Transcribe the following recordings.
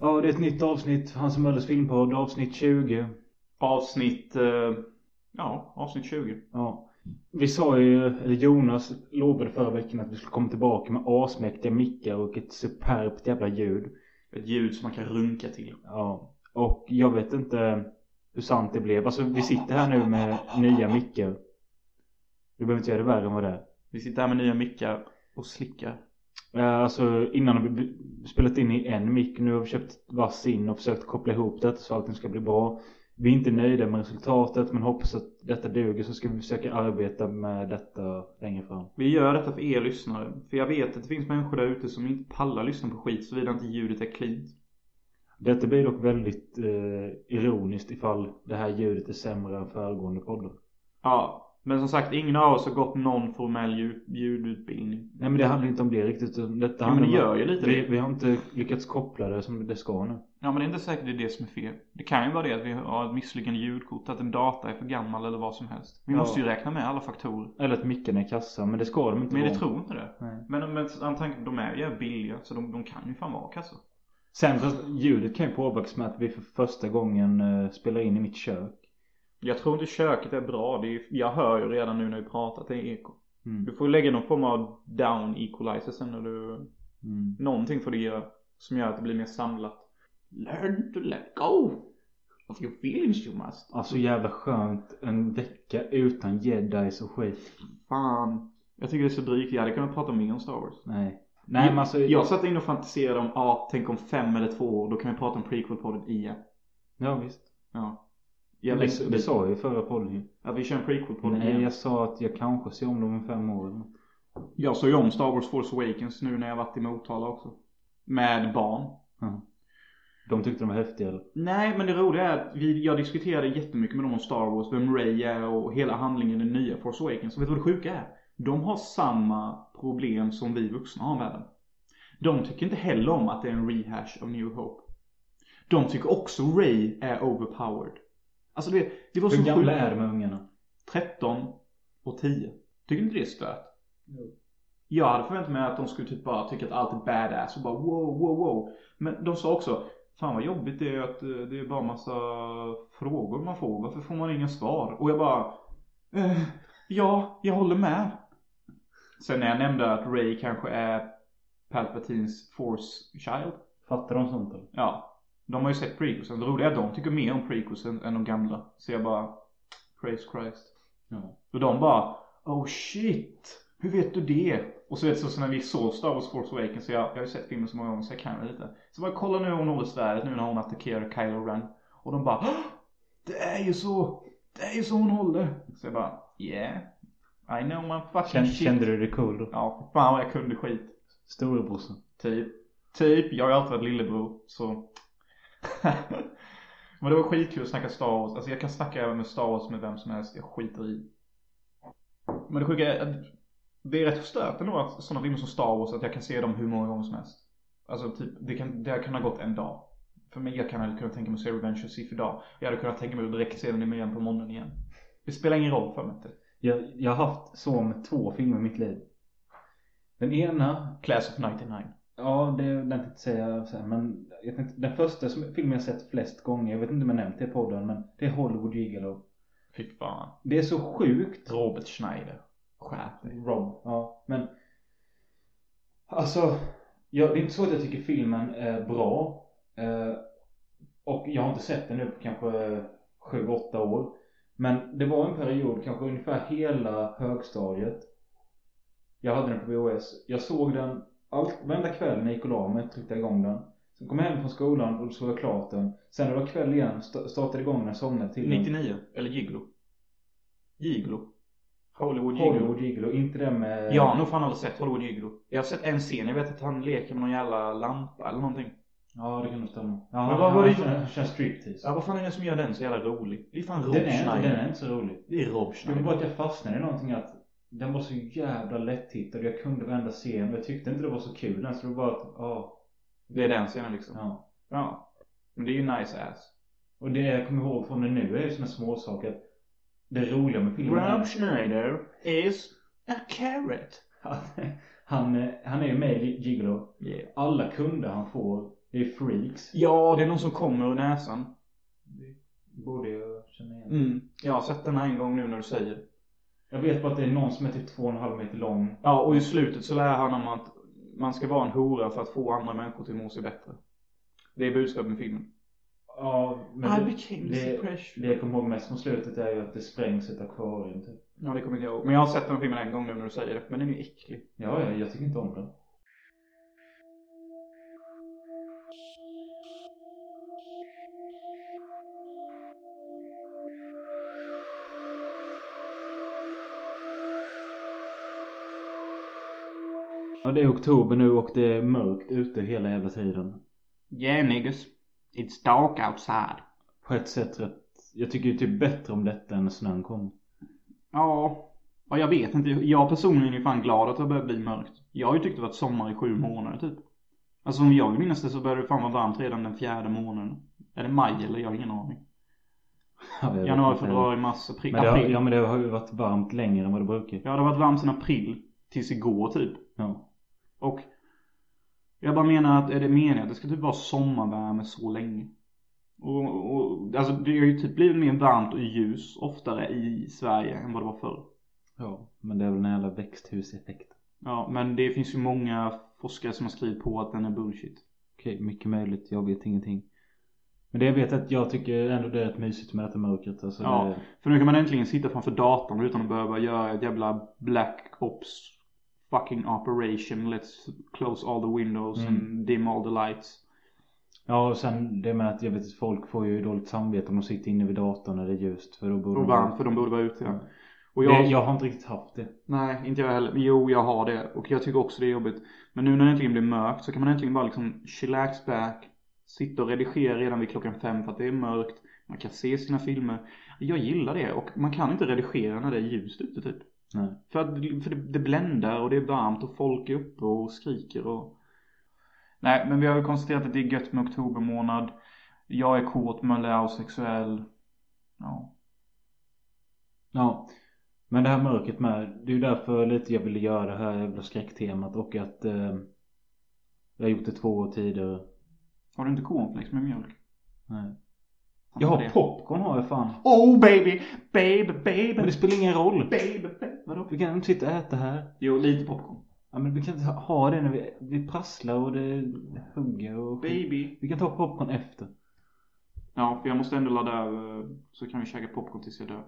Ja, det är ett nytt avsnitt. Hans och Möllers filmpodd, avsnitt 20. Avsnitt... Eh, ja, avsnitt 20. Ja. Vi sa ju, eller Jonas lovade förra veckan att vi skulle komma tillbaka med asmäktiga mickar och ett superbt jävla ljud. Ett ljud som man kan runka till. Ja. Och jag vet inte hur sant det blev. Alltså vi sitter här nu med nya mickar. Du behöver inte göra det värre än vad det är. Vi sitter här med nya mickar och slickar. Eh, Alltså innan har vi b- spelat in i en mick. Nu har vi köpt vass in och försökt koppla ihop det så allting ska bli bra. Vi är inte nöjda med resultatet men hoppas att detta duger så ska vi försöka arbeta med detta längre fram. Vi gör detta för er lyssnare. För jag vet att det finns människor där ute som inte pallar lyssna på skit såvida inte ljudet är cleant. Detta blir dock väldigt eh, ironiskt ifall det här ljudet är sämre än föregående poddar. Ja, men som sagt ingen av oss har gått någon formell ljud, ljudutbildning. Nej men det handlar inte om det riktigt. utan Detta Ja, men det handlar om gör ju att lite vi, det. vi har inte lyckats koppla det som det ska nu. Ja, men det är inte säkert det är det som är fel. Det kan ju vara det att vi har ett misslyckande ljudkort, att en data är för gammal eller vad som helst. Vi Ja. måste ju räkna med alla faktorer. Eller att mickarna är kassa men det ska de inte Men vara. jag tror inte det. Nej. Men, men antagligen, de är ju billiga så de, de kan ju fan vara kassa. Sen fast ljudet kan ju påverkas med att vi för första gången eh, spelar in i mitt kök. Jag tror inte köket är bra. Det är, ju- jag hör ju redan nu när vi pratar att det är eko. Mm. Du får lägga någon form av down equalizer sen när du... Mm. Någonting får du göra som gör att det blir mer samlat. Learn to let go of your feelings you must. Alltså jävla skönt. En vecka utan jedis och skit. Fan. Jag tycker det är så drygt. Jag hade kunnat prata mer om Star Wars. Nej. Nej men alltså. Jag satt in och fantiserade om, ja, ah, tänk om fem eller två år, då kan vi prata om prequel-podden igen. Ja visst. Ja. Jag Jag det, det sa jag ju i förra podden ju. Att vi kör en prequel-podd Nej igen. jag sa att jag kanske ser om dem om fem år eller något. Jag såg ju om Star Wars Force Awakens nu när jag varit i Motala också. Med barn. De tyckte de var häftiga eller? Nej, men det roliga är att vi, jag diskuterade jättemycket med dem om Star Wars, vem Ray är och hela handlingen i den nya Force Awakens. Och vet du vad det sjuka är? De har samma problem som vi vuxna har med den. De tycker inte heller om att det är en rehash av New Hope. De tycker också Ray är overpowered. Alltså det, det var så Hur gamla sjukt. är de här ungarna? 13 och 10. Tycker inte det är stört? Jo. Jag hade förväntat mig att de skulle typ bara tycka att allt är badass och bara wow, wow, wow. Men de sa också Fan vad jobbigt det är att eh, det är bara massa frågor man får. Varför får man inga svar? Och jag bara eh, Ja, jag håller med. Sen när jag nämnde att Ray kanske är Palpatines force child. Fattar de sånt eller? Ja, de har ju sett prequelsen. Det roliga är att de tycker mer om prequelsen än de gamla. Så jag bara Praise Christ. Ja. Och de bara Oh shit! Hur vet du det? Och så vet så, så när vi såg Star Wars Force Awakens, så jag, jag har ju sett filmen så många gånger så jag kan det lite. Så bara kolla nu hon håller svärdet nu när hon attackerar Kylo Ren. Och de bara "Åh! Det är ju så! Det är ju så hon håller! Så jag bara Yeah. I know my fucking Kände, shit. kände du dig cool då? Ja, för fan vad jag kunde skit. Storebrorsan. Typ. Typ. Jag har ju alltid varit lillebror, så. Men det var skitkul att snacka Star Wars. Alltså jag kan snacka med Star Wars med vem som helst. Jag skiter i. Men det sjuka är att det är rätt stört ändå att sådana filmer som Star Wars, att jag kan se dem hur många gånger som helst. Alltså typ, det kan, det kan ha gått en dag. För mig, jag kan hade kunnat tänka mig att se Revenge of Sith idag. Jag hade kunnat tänka mig att direkt se den i början på måndagen igen. Det spelar ingen roll för mig typ. inte. Jag, jag har haft så med två filmer i mitt liv. Den ena Class of 99. Ja, det jag tänkte jag säga sen. Men jag tänkte, den första som, filmen jag sett flest gånger, jag vet inte om jag nämnt det i podden, men det är Hollywood Gigolo. Fy fan. Det är så sjukt. Robert Schneider. Skärp dig. Rob. Ja, men. Alltså, jag, det är inte så att jag tycker filmen är bra. Eh, och jag har inte sett den nu på kanske 7-8 år. Men det var en period, kanske ungefär hela högstadiet. Jag hade den på VHS. Jag såg den all, varenda kväll när jag gick och la mig, tryckte jag igång den. Sen kom jag hem från skolan och såg jag klart den. Sen när det var kväll igen, sta- startade igång den och somnade till den. 99, eller Gigolo. Gigolo. Hollywood Gigolo. Hollywood Gigolo, inte den med... Jag har nog fan aldrig sett Hollywood Gigolo. Jag har sett en scen, jag vet att han leker med någon jävla lampa eller någonting. Ja, det kan nog stämma. Ja, Men vad var det- Kör, kör striptease. Ja, vad fan är det som gör den så jävla rolig? Det är fan Rob den, är inte, Schneider. den är inte så rolig. Det är Rob Det var bara Schneider. att jag fastnade i någonting att den var så jävla lätthittad. Jag kunde varenda scen och jag tyckte inte det var så kul ens. Det var bara att, ja, Det är den scenen liksom. ja. Ja. Men det är ju nice ass. Och det jag kommer ihåg från det nu är ju såna små saker. att Det roliga med filmen är Rob Schneider is a carrot. att han, eh, han är ju med i Gigolo. Yeah. Alla kunder han får Det är freaks. Ja, det är någon som kommer ur näsan. Det borde jag känna igen. Mm. Jag har sett den här en gång nu när du säger det. Jag vet bara att det är någon som är typ två och en halv meter lång. Ja, och i slutet så lär han om att man ska vara en hora för att få andra människor till att må sig bättre. Det är budskapet med filmen. Ja, I men became det- the pressure. det jag kommer ihåg mest från slutet är ju att det sprängs ett akvarium typ. Ja, det kommer inte jag ihåg. Men jag har sett den filmen en gång nu när du säger det. Men den är ju äcklig. Ja, ja, jag tycker inte om den. Ja, det är oktober nu och det är mörkt ute hela jävla tiden. Yeah niggas. It's dark outside. På ett sätt rätt... Jag tycker ju typ bättre om detta än när snön kom. Ja. Ja, jag vet inte. Jag personligen är fan glad att det börjar bli mörkt. Jag har ju tyckt det varit sommar i sju månader typ. Alltså om jag minns det så började det fan vara varmt redan den fjärde månaden. Är det maj eller? Jag har ingen aning. Ja, det är Januari, vackert. februari, mars, april. Men det har, april. ja, men det har ju varit varmt längre än vad det brukar. Ja, det har varit varmt sedan april tills igår typ. Ja. Och jag bara menar att är det meningen att det ska typ vara sommarvärme så länge? Och, och alltså det har ju typ blivit mer varmt och ljus oftare i Sverige än vad det var förr. ja. Men det är väl den jävla växthuseffekten. Ja, men det finns ju många forskare som har skrivit på att den är bullshit. Okej, mycket möjligt. Jag vet ingenting. Men det jag vet att jag tycker ändå det är rätt mysigt med att det är mörkret. Alltså Ja. det, För nu kan man äntligen sitta framför datorn utan att behöva göra ett jävla Black Ops fucking operation. Let's close all the windows and dim all the lights. ja, och sen det med att jag vet att folk får ju dåligt samvete om de sitter inne vid datorn när det är ljust. För då borde Och de- varmt för de borde vara ute. Ja. Ja. Och Mm. Det, jag har inte riktigt haft det. Nej, inte jag heller. Jo, jag har det. Och jag tycker också det är jobbigt. Men nu när det äntligen blir mörkt så kan man äntligen bara liksom chillax back. Sitta och redigera redan vid klockan fem för att det är mörkt. Man kan se sina filmer. Jag gillar det. Och man kan inte redigera när det är ljust ute typ. Nej. För, att, för det, det bländar och det är varmt och folk är uppe och skriker och... Nej, men vi har ju konstaterat att det är gött med oktober månad. Jag är kåt, Mölle är asexuell. Ja. Ja. Men det här mörkret med. Det är ju därför lite jag ville göra det här jävla skräcktemat och att eh, jag har gjort det två år tidigare. Har du inte cornflakes med mjölk? Nej. Jag har popcorn har jag fan. Oh baby, baby, baby, Men det spelar ingen roll. baby, baby. Vadå? Vi kan inte sitta och äta här. Jo, lite popcorn. Ja, men vi kan inte ha det när vi, vi prasslar och det hugger och skit. Baby. Vi kan ta popcorn efter. Ja, för jag måste ändå ladda över så kan vi käka popcorn tills jag dör.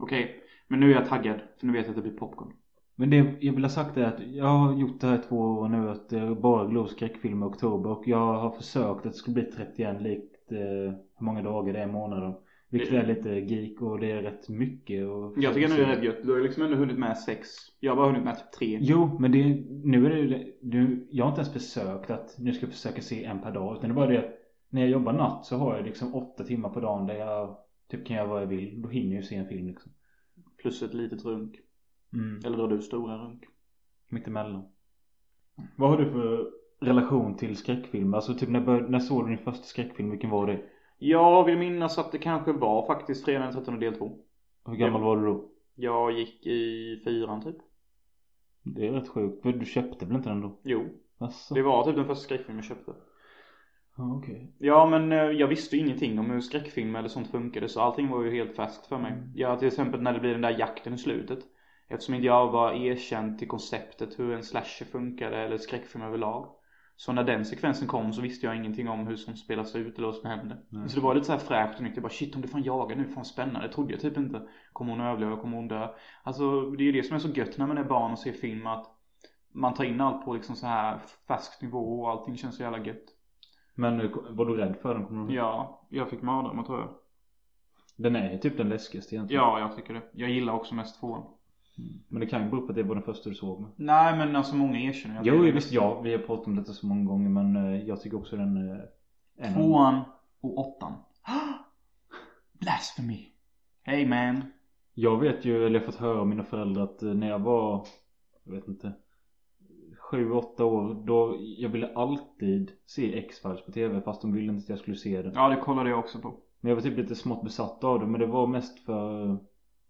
Okej, men nu är jag taggad för nu vet jag att det blir popcorn. Men det jag vill ha sagt är att jag har gjort det här i två år nu att jag bara glor skräckfilm i oktober och jag har försökt att det skulle bli 31 likt eh, hur många dagar det är i månaden. Vilket Det- är lite geek och det är rätt mycket. Och Jag tycker nu är det rätt gött. Du har ju liksom ändå hunnit med sex. Jag har bara hunnit med typ tre. Jo, men det, nu är det ju- nu, Jag har inte ens försökt att nu ska jag försöka se en per dag. Utan det är bara det att när jag jobbar natt så har jag liksom åtta timmar på dagen där jag typ kan göra vad jag vill. Då hinner jag ju se en film liksom. Plus ett litet runk. Mm. Eller drar du stora runk? Mittemellan. Vad har du för relation till skräckfilm? Alltså typ när, bör, när såg du din första skräckfilm? Vilken var det? Jag vill minnas att det kanske var faktiskt fredag den 13 del 2. Hur gammal var du då? Jag gick i fyran typ. Det är rätt sjukt. för Du köpte väl inte den då? Jo, Jaså? det var typ den första skräckfilmen jag köpte. Ja, okej. Ja men eh, jag visste ju ingenting om hur skräckfilm eller sånt funkade så allting var ju helt färskt för mig. Mm. Ja till exempel när det blir den där jakten i slutet. Eftersom inte jag var erkänd till konceptet hur en slasher funkade eller skräckfilm överlag. Så när den sekvensen kom så visste jag ingenting om hur sånt spelas ut eller vad som hände. Nej. Så det var lite så här fräscht och nytt. Jag bara shit om det fan jagar nu, fan spännande. Det trodde jag typ inte. Kommer hon överleva? Kommer hon dö? Alltså det är ju det som är så gött när man är barn och ser film att man tar in allt på liksom så här färsk nivå och allting känns så jävla gött. Men eh, var du rädd för den? Kommer du ihåg? Ja, jag fick mardrömmar tror jag. Den är ju typ den läskigaste egentligen. Ja, jag tycker det. Jag gillar också mest tvåan. Men det kan ju bero på att det var den första du såg med. Nej, men alltså många erkänner ju att Jo, det är visst ja. Vi har pratat om detta så många gånger men eh, jag tycker också den... eh, är en- Tvåan och åttan. Blasphemy! Hey man! Jag vet ju, eller jag har fått höra av mina föräldrar att eh, när jag var, jag vet inte, 7-8 år då jag ville alltid se X-Files på TV fast de ville inte att jag skulle se det. Ja, det kollade jag också på. Men jag var typ lite smått besatt av det men det var mest för...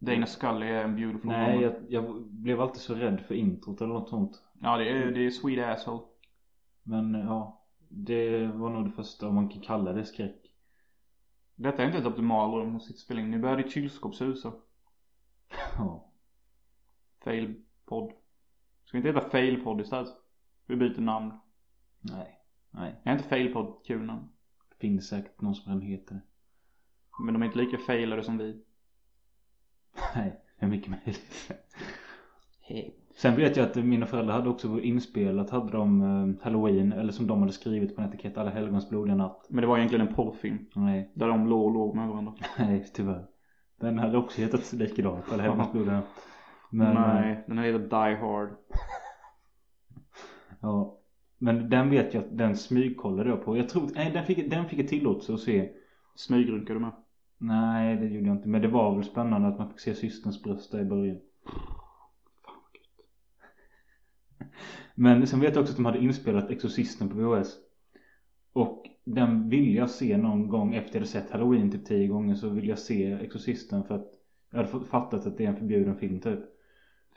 Dana Scully är en beautiful Nej, woman. jag, jag blev alltid så rädd för introt eller något sånt. Ja, det är, det är sweet asshole. Men eh, ja, Det var nog det första man kan kalla det skräck. Detta är inte ett optimalrum att sitta och spela in. Nu börjar ditt kylskåp susa. Ja. Failpodd. Ska vi inte heta failpodd istället? Vi byter namn. Nej. Nej. Är inte failpodd kul namn? Finns säkert någon som redan heter det. Men de är inte lika failade som vi. Nej. Det är mycket möjligt. Sen vet jag att mina föräldrar hade också inspelat, hade de eh, halloween, eller som de hade skrivit på en etikett, alla helgons blodiga natt. Men det var egentligen en porrfilm. Nej, Där de låg och låg med varandra. nej tyvärr. Den hade också hetat likadant, alla helgons blodiga natt. Men, eh, Men, nej. Nej, den heter Die Hard. Ja. Men den vet jag att den smygkollade jag på. Jag tror, nej den fick, den fick jag tillåtelse att se. Smygrunkar du med? Nej det gjorde jag inte. Men det var väl spännande att man fick se systerns bröst där i början. Men sen vet jag också att de hade inspelat Exorcisten på VHS. Och den ville jag se någon gång efter jag hade sett Halloween typ 10 gånger så ville jag se Exorcisten för att jag hade fått- fattat att det är en förbjuden film typ.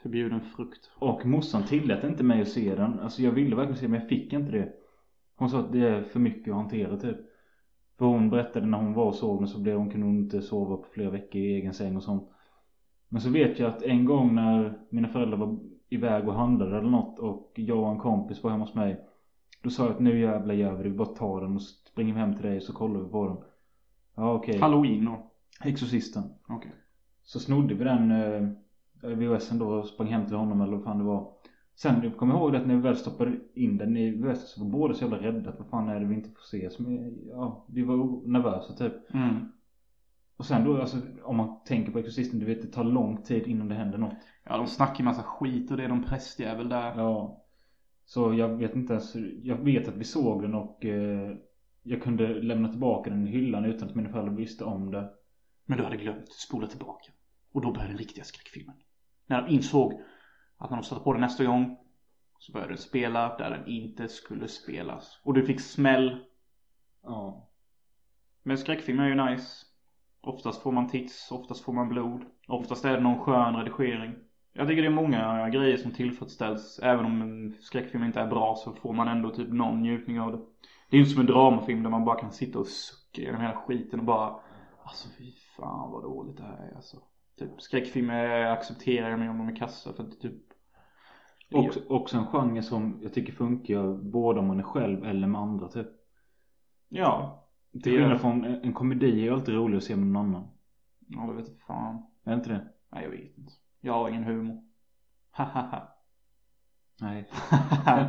Förbjuden frukt. Och morsan tillät inte mig att se den. Alltså jag ville verkligen se den men jag fick inte det. Hon sa att det är för mycket att hantera typ. För hon berättade när hon var och sov men så blev hon kunde hon inte sova på flera veckor i egen säng och sånt. Men så vet jag att en gång när mina föräldrar var iväg och handlade eller något och jag och en kompis var hemma hos mig. Då sa jag att nu jävlar gör vi det. Vi bara tar den och springer hem till dig så kollar vi på den. Ja okej. Halloween då. Exorcisten. Okej. Så snodde vi den eh, VHSen då och sprang hem till honom eller vad fan det var. Sen jag kommer ihåg att när vi väl stoppade in den i VHSen så var båda så jävla rädda. Att vad fan är det vi inte får se? Som, är- ja, vi var o- nervösa typ. Mm. Och sen då alltså om man tänker på Exorcisten, du vet det tar lång tid innan det händer något. Ja, de snackar ju massa skit och det är någon prästjävel där. Ja. Så jag vet inte ens, jag vet att vi såg den och eh, jag kunde lämna tillbaka den i hyllan utan att mina föräldrar visste om det. Men du hade glömt spola tillbaka. Och då började den riktiga skräckfilmen. När de insåg att när de satte på den nästa gång så började den spela där den inte skulle spelas. Och du fick smäll. Ja. Men skräckfilmer är ju nice. Oftast får man tits, oftast får man blod. Oftast är det någon skön redigering. Jag tycker det är många grejer som tillfredsställs. Även om en skräckfilm inte är bra så får man ändå typ någon njutning av det. Det är ju inte som en dramafilm där man bara kan sitta och sucka genom hela skiten och bara Alltså fy fan vad dåligt det här är alltså. Typ skräckfilmer accepterar jag men om de är kassa för att det typ Också, också en genre som jag tycker funkar både om man är själv eller med andra typ. Ja. Till skillnad från en en komedi är ju alltid rolig att se med någon annan. Ja det vet jag fan. Är det inte det? Nej jag vet inte. Jag har ingen humor. Hahaha. Nej.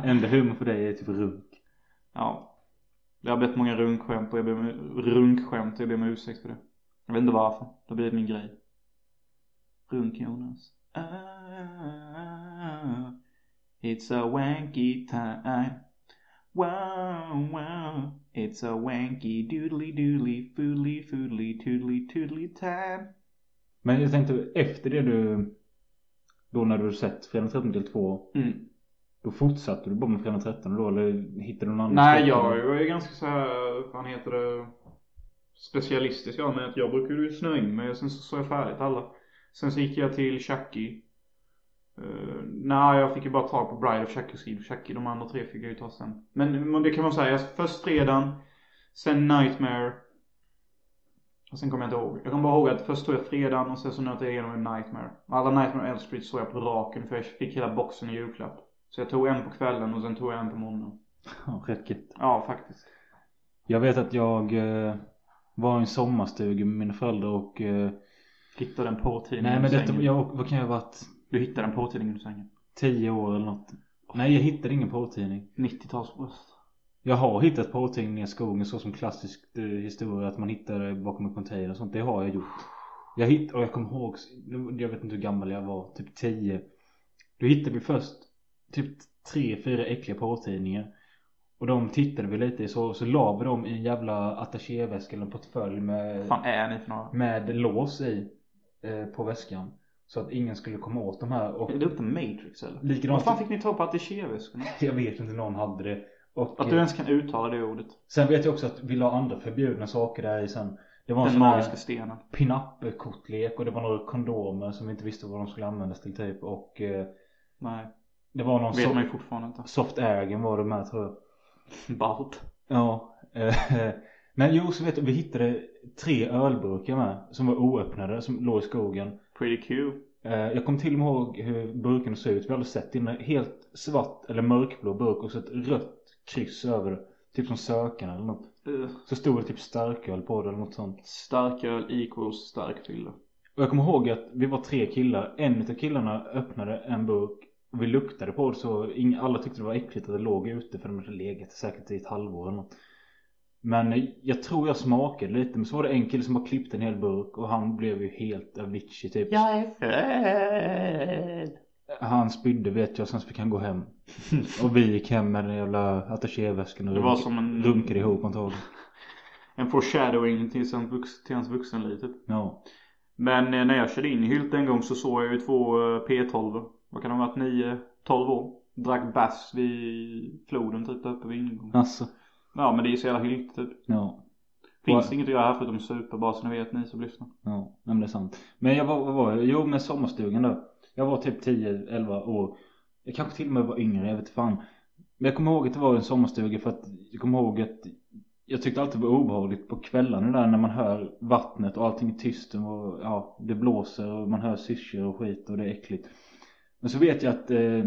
Enda humor för dig är typ runk. Ja. Jag har bett många runkskämt och jag ber om, runkskämt och jag ber om ursäkt för det. Jag vet inte varför. Det har blivit min grej. Runk Jonas. Ah, it's a wanky time. Wow, wow. It's a wanky doodly doodly foodly foodly toodly toodly time. Men jag tänkte efter det du... Då när du sett Fredag den 13 del 2. Mm. Då fortsatte du bara med Fredag den 13 då eller hittade du någon annan? Nej, skräck? jag, jag är ganska så här, vad fan heter det, specialistisk jag med att jag brukar ju snöa in mig och sen så såg jag färdigt alla. Sen så gick jag till Chucky. Eh, nej, jag fick ju bara tag på Bride of Chucky och Seed of Chucky. De andra tre fick jag ju ta sen. Men, men det kan man säga, först fredagen, sen Nightmare. Och sen kommer jag inte ihåg. Jag kommer bara ihåg att först tog jag fredagen och sen så nöt jag igenom en Nightmare. Och alla Nightmare on Elm Street såg jag på raken för jag fick hela boxen i julklapp. Så jag tog en på kvällen och sen tog jag en på morgonen. Ja, rätt gött. Ja, faktiskt. Jag vet att jag eh, var i en sommarstuga med mina föräldrar och... Eh, Hittade en porrtidning nej men under detta, sängen. jag, vad kan jag ha varit? Du hittade en porrtidning under sängen. 10 år eller något. Nej jag hittade ingen porrtidning. 90-talsbröst. Jag har hittat porrtidningar i skogen så som klassisk eh, historia att man hittar det bakom en container och sånt. Det har jag gjort. Jag hitt, och jag kommer ihåg, jag vet inte hur gammal jag var, typ 10. Då hittade vi först typ tre fyra äckliga porrtidningar. Och de tittade vi lite i så, så la vi dem i en jävla attachéväska eller en portfölj med, fan är ni för några? med lås i. Eh, på väskan. Så att ingen skulle komma åt de här. Och Är det upp till Matrix eller? Vad likadant, fan fick ni ta på attachéväskorna? jag vet inte, någon hade det. Och, Att du ens kan uttala det ordet. Sen vet jag också att vi la andra förbjudna saker där i sen. Det var en Den sån här magiska stenen. pin-up-kortlek och det var några kondomer som vi inte visste vad de skulle användas till typ. Och eh, Nej, det var någon vet so- man ju fortfarande inte. soft airgun var det med tror jag. Ballt. Ja. eh, Men jo, så vet du, vi hittade tre ölburkar med. Som var oöppnade, som låg i skogen. Pretty Q. Eh, Jag kommer till och med ihåg hur burken såg ut. Vi har aldrig sett innan. Helt svart eller mörkblå burk och så ett rött kryss över det. Typ som sökande eller något. Uh, Så stod det typ starköl på det eller något sånt. starköl equals starkfylla. Och jag kommer ihåg att vi var tre killar. En utav killarna öppnade en burk. Och vi luktade på det så ing- alla tyckte det var äckligt att det låg ute för de hade legat säkert i ett halvår eller något. Men jag tror jag smakade lite men så var det en kille som bara klippte en hel burk och han blev ju helt Avicii typ. Jag är född. Han spydde vet jag sen så fick han gå hem. Och vi gick hem med den jävla attachéväskan och Det var runk- som en... runkade ihop antagligen. En foreshadowing till, sin vux, till hans vuxenlivet. Ja. Men eh, när jag körde in i Hylte en gång så såg jag ju två eh, p 12 Vad kan de ha varit? 9, 12 år. Drack bass vid floden typ där uppe vid ingången. Alltså. Ja men det är ju så jävla Hylte typ. Ja. Finns Vad- inget att göra här förutom super bara så ni vet ni som lyssnar. Ja. Nej, men det är sant. Men jag var, vad var jag? Jo men sommarstugan då. Jag var typ 10-11 år. Jag kanske till och med var yngre, jag vet fan. Men jag kommer ihåg att det var en sommarstuga för att jag kommer ihåg att jag tyckte alltid det var obehagligt på kvällarna där när man hör vattnet och allting är tyst och ja, det blåser och man hör syrsor och skit och det är äckligt. Men så vet jag att eh,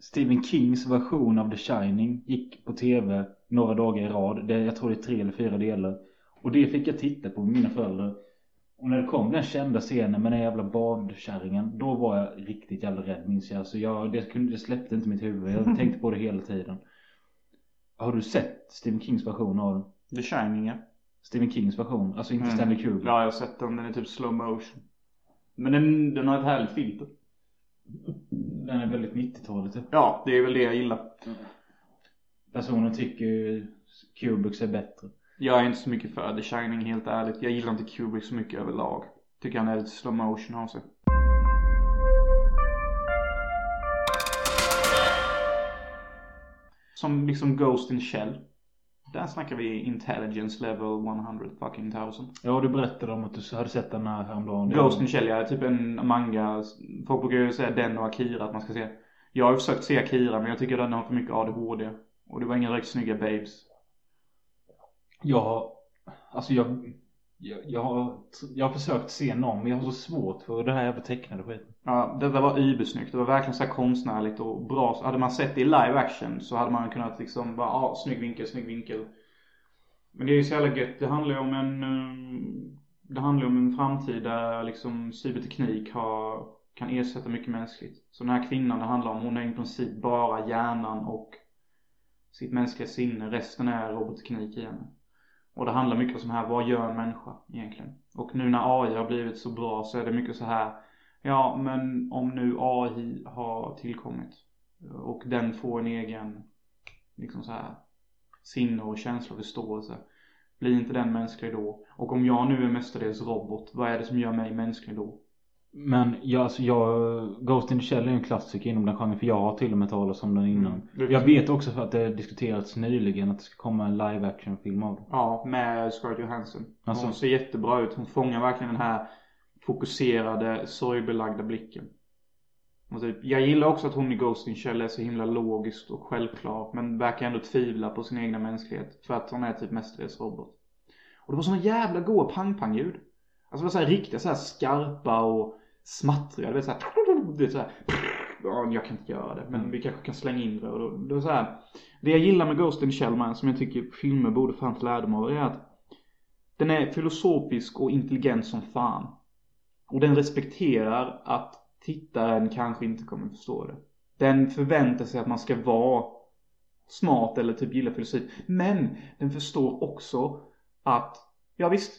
Stephen Kings version av The Shining gick på tv några dagar i rad. Det, jag tror det är tre eller fyra delar. Och det fick jag titta på med mina föräldrar. Och när det kom den kända scenen med den jävla badkärringen. Då var jag riktigt jävla rädd minns jag. Så jag, det, kunde, det släppte inte mitt huvud. Jag tänkte på det hela tiden. Har du sett Stephen Kings version av den? The Shining ja. Stephen Kings version, alltså inte Mm. Stanley Kubrick. Ja jag har sett den, den är typ slow motion. Men den, den har ett härligt filter. Den är väldigt 90-talet. typ. Ja, det är väl det jag gillar. Personen tycker ju Kubrick är bättre. Jag är inte så mycket för The Shining helt ärligt. Jag gillar inte Kubrick så mycket överlag. Tycker han är lite slow motion av sig. Som liksom Ghost in Shell. Där snackar vi intelligence level 100 fucking thousand. Ja, du berättade om att du hade sett den här häromdagen. Ghost in Shell ja, är typ en manga. Folk brukar ju säga den och Akira att man ska se. Jag har ju försökt se Akira men jag tycker den har för mycket ADHD. Och det var inga riktigt snygga babes. Ja, alltså jag, jag, jag, har, jag har försökt se någon men jag har så svårt för det här jävla tecknade skiten. Ja, detta var übersnyggt. Det var verkligen så här konstnärligt och bra. Hade man sett det i live action så hade man kunnat liksom bara, ja, snygg vinkel, snygg vinkel. Men det är ju så jävla gött. Det handlar ju om en, eh, det handlar ju om en framtid där liksom cyberteknik har, kan ersätta mycket mänskligt. Så den här kvinnan det handlar om, hon är i princip bara hjärnan och sitt mänskliga sinne. Resten är robotteknik igen. Och det handlar mycket om så här, vad gör en människa egentligen? Och nu när AI har blivit så bra så är det mycket så här Ja, men om nu AI har tillkommit och den får en egen liksom så här sinne och känsla och förståelse. Blir inte den mänsklig då? Och om jag nu är mestadels robot, vad är det som gör mig mänsklig då? Men jag, alltså jag, Ghost in the Shell är ju en klassiker inom den genren för jag har till och med talat om den innan. Mm. Jag vet också för att det diskuterats nyligen att det ska komma en live action film av den. Ja, med Scarlett Johansson. Alltså. Hon ser jättebra ut. Hon fångar verkligen den här fokuserade, sorgbelagda blicken. Och typ, jag gillar också att hon i Ghost in Shell är så himla logisk och självklar. Men verkar ändå tvivla på sin egna mänsklighet. För att hon är typ mestadels robot. Och det var såna jävla goa pang-pang-ljud. Alltså det var så här riktiga så här skarpa och smattriga. Du vet så här, det är så här, ja, jag kan inte göra det. Men vi kanske kan slänga in det. Och då, det, var så här, det jag gillar med Ghost in the Shell man, som jag tycker filmer borde fan ta lärdom av. Det är att den är filosofisk och intelligent som fan. Och den respekterar att tittaren kanske inte kommer förstå det. Den förväntar sig att man ska vara smart eller typ gilla filosofi. Men den förstår också att, ja visst,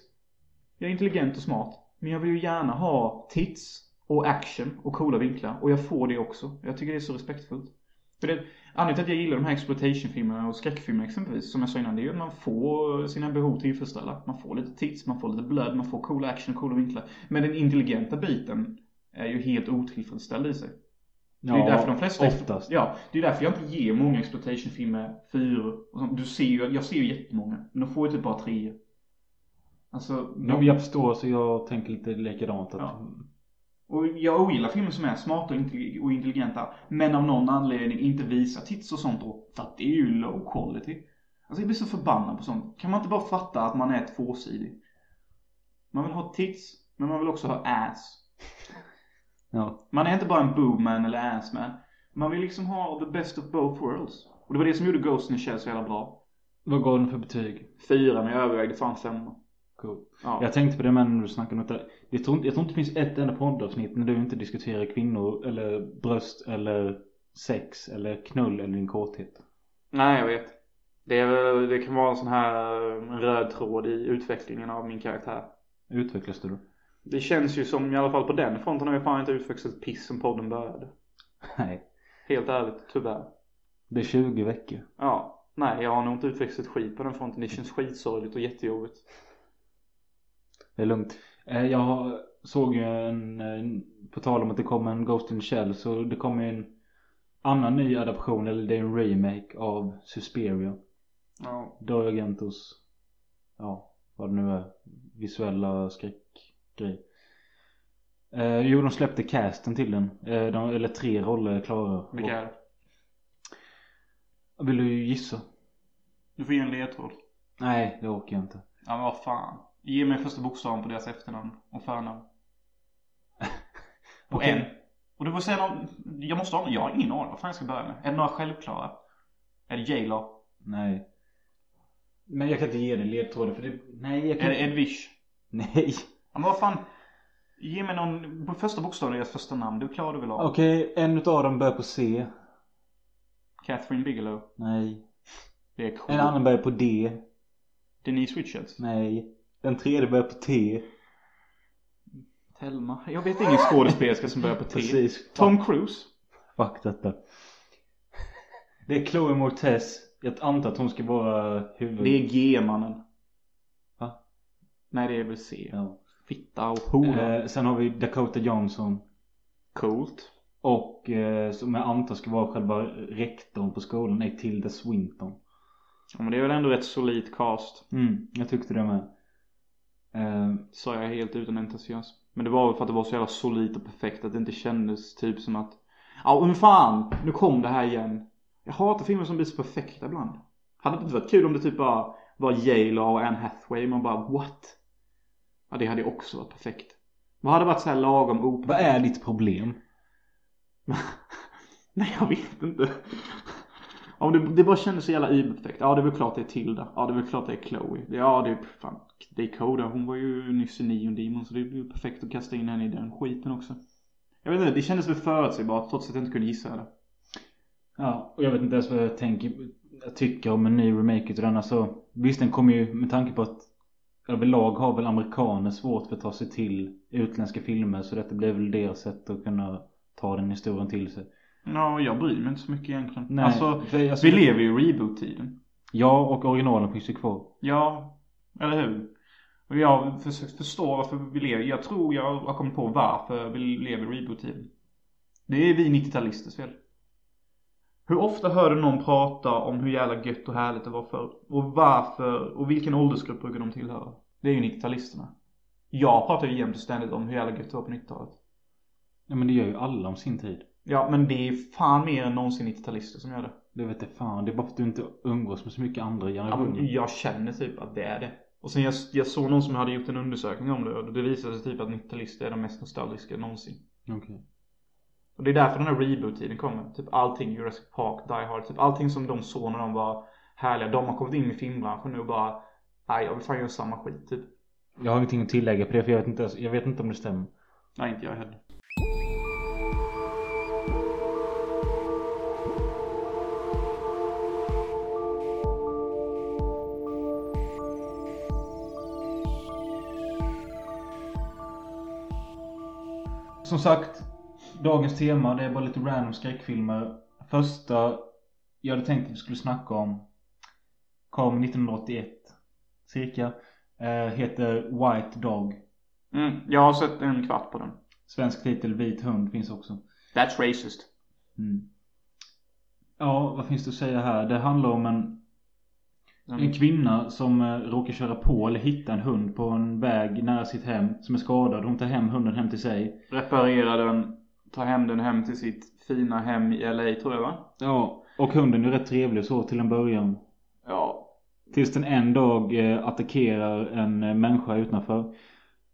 jag är intelligent och smart. Men jag vill ju gärna ha tits och action och coola vinklar. Och jag får det också. Jag tycker det är så respektfullt. För det, anledningen till att jag gillar de här exploitation-filmerna och skräckfilmer exempelvis, som jag sa innan, det är ju att man får sina behov tillfredsställda. Man får lite tits, man får lite blöd, man får coola action och coola vinklar. Men den intelligenta biten är ju helt otillfredsställd i sig. Ja, det är ju därför de flesta... Oftast. Ja, det är därför jag inte ger många exploitation-filmer fyror. och sånt. Du ser ju, jag ser ju jättemånga. Men de får ju typ bara tre. Alltså, Ja, men jag förstår så jag tänker lite likadant att... Ja. Och jag ogillar filmer som är smarta och intelli- och intelligenta men av någon anledning inte visar tits och sånt då. För att det är ju low quality. Alltså jag blir så förbannad på sånt. Kan man inte bara fatta att man är tvåsidig? Man vill ha tits, men man vill också ha ass. Ja. Man är inte bara en boobman eller assman. Man vill liksom ha the best of both worlds. Och det var det som gjorde Ghost in the Shell så jävla bra. Vad gav den för betyg? Fyra, men jag övervägde fan femma. Cool. Ja. Jag tänkte på det med när du snackade om det. Jag tror, inte, jag tror inte det finns ett enda poddavsnitt när du inte diskuterar kvinnor eller bröst eller sex eller knull eller din kåthet. Nej, jag vet. Det, är, väl- det kan vara en sån här eh, röd tråd i utvecklingen av min karaktär. Utvecklas du då? Det känns ju som, i alla fall på den fronten, har jag fan inte utvecklats ett piss sen podden började. Nej. Helt ärligt, tyvärr. Det är 20 veckor. Ja, nej, jag har nog inte utvecklats ett skit på den fronten. Det känns skitsorgligt och jättejobbigt. Det är lugnt. Eh, Jag har- såg ju en, en, på tal om att det kom en Ghost in the Shell, så det kom ju en annan ny adaption, eller det är en remake av Suspiria. Ja. Dario Argentos, ja, vad det nu är, visuella skräckgrej. Eh, jo, de släppte casten till den. Eh, de, eller tre roller är klara. Vilka är det? Och- Vill du gissa? Du får ge en ledtråd. Nej, det orkar jag inte. Ja, men vad fan. Ge mig första bokstaven på deras efternamn och förnamn. Och Okej. en. Och du får säga någon, jag måste ha någon, jag har ingen aning vad fan jag ska börja med. Är det några självklara? Är det J-Lo? Nej. Men jag kan inte ge dig ledtrådar för det... Nej, jag Är kan det Edwish? Nej. Ja men vad fan. Ge mig någon, på första bokstaven i deras första namn, du klarar du väl av? Okej, en utav dem börjar på C. Catherine Bigelow. Nej. Det är cool. En annan börjar på D. Denise Richards. Nej. Den tredje börjar på T. Telma. Jag vet ingen skådespelerska som börjar på T. Precis. Tom Cruise. Fuck detta. Det är Chloe Mortez. Jag antar att hon ska vara huvud... Det är G-mannen. Mm. Va? Nej det är väl C. Ja. Fitta och hora. Eh, sen har vi Dakota Johnson. Coolt. Och eh, som jag antar ska vara själva rektorn på skolan är Tilda Swinton. Ja, men det är väl ändå rätt solid cast. Mm, jag tyckte det med. Eh, Sa jag helt utan entusiasm. Men det var väl för att det var så jävla solitt och perfekt att det inte kändes typ som att Ja men fan, nu kom det här igen. Jag hatar filmer som blir så perfekta ibland. Hade det inte varit kul om det typ bara var J-Lo och Anne Hathaway man bara what? Ja det hade ju också varit perfekt. Vad hade varit så här lagom vad operfekt? är ditt problem? Nej jag vet inte. Ja, men det, det bara kändes så jävla überperfekt. Ja det är väl klart det är Tilda. Ja det är väl klart det är Chloe. Ja det är fan. Det är Coda. Hon var ju nyss i Neon Demon så det blir ju perfekt att kasta in henne i den skiten också. Jag vet inte, det kändes väl förutsägbart trots att jag inte kunde gissa det. Ja, och jag vet inte ens vad jag tänker, jag tycker om en ny remake utav denna så Visst den kommer ju med tanke på att överlag har väl amerikaner svårt för att ta sig till utländska filmer så detta blir väl deras sätt att kunna ta den historien till sig. Ja, jag bryr mig inte så mycket egentligen. Nej, alltså, för alltså- vi lever ju i reboot-tiden. Ja, och originalen finns ju kvar. Ja, eller hur? Och jag har försökt förstå varför vi lever. Jag tror jag har kommit på varför vi lever i reboot-tiden. Det är vi 90-talisters fel. Hur ofta hör du någon prata om hur jävla gött och härligt det var förr? Och varför? Och vilken åldersgrupp brukar de tillhöra? Det är ju 90-talisterna. Jag pratar ju jämt och ständigt om hur jävla gött det var på 90-talet. Ja men det gör ju alla om sin tid. Ja, men det är fan mer än någonsin 90-talister som gör det. Det vet jag fan, det är bara för att du inte umgås med så mycket andra Ja, men generationer. jag känner typ att det är det. Och sen jag, jag såg någon som hade gjort en undersökning om det och det visade sig typ att 90-talister är de mest nostalgiska någonsin. Okej. Och det är därför den här reboot-tiden kommer. Typ allting Jurassic Park, Die Hard, typ allting som de såg när de var härliga. De har kommit in i filmbranschen nu och bara Nej, jag vill fan göra samma skit typ. Jag har ingenting att tillägga på det för jag vet inte, ens- jag vet inte om det stämmer. Nej, inte jag heller. Som sagt, dagens tema det är bara lite random skräckfilmer. Första jag hade tänkt att vi skulle snacka om kom 1981 cirka. Eh, heter White Dog. Mm, jag har sett en kvart på den. Svensk titel Vit hund finns också. That's racist. Mm. Ja, vad finns det att säga här? Det handlar om en, en Mm. kvinna som eh, råkar köra på eller hitta en hund på en väg nära sitt hem som är skadad. Hon tar hem hunden hem till sig. Reparera den, ta hem den hem till sitt fina hem i LA tror jag va? Ja, och hunden är rätt trevlig så till en början. Ja. Tills den en dag eh, attackerar en eh, människa utanför.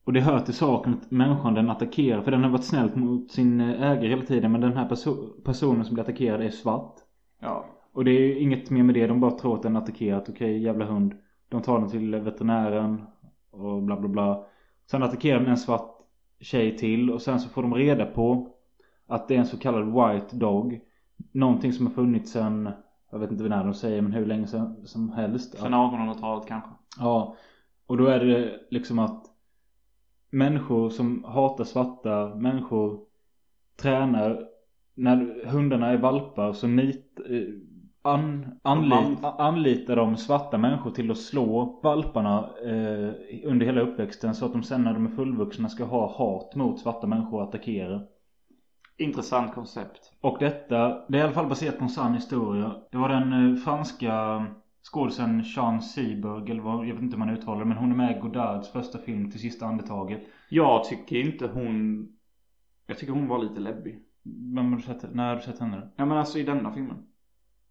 Och det hör till saken att människan den attackerar, för den har varit snällt mot sin eh, ägare hela tiden. Men den här perso- personen som blir attackerad är svart. Ja. Och det är ju inget mer med det. De bara tror att den attackerat. Okej, jävla hund. De tar den till veterinären. Och bla bla bla. Sen attackerar den en svart tjej till. Och sen så får de reda på att det är en så kallad white dog. Någonting som har funnits sen, jag vet inte när de säger, men hur länge sen, som helst. Sen 1800-talet kanske. Ja. Och då är det liksom att människor som hatar svarta människor tränar när hundarna är valpar så nit, eh, an, anlit, a- anlitar de svarta människor till att slå valparna eh, under hela uppväxten så att de sen när de är fullvuxna ska ha hat mot svarta människor och attackera. Intressant koncept. Och detta, det är i alla fall baserat på en sann historia. Det var den eh, franska skådisen Jean Seberg, eller vad, jag vet inte hur man uttalar det, men hon är med i Godards första film till sista andetaget. Jag tycker inte hon... Jag tycker hon var lite läbbig. Vem har du sett, när har du sett henne? Ja men alltså i denna filmen.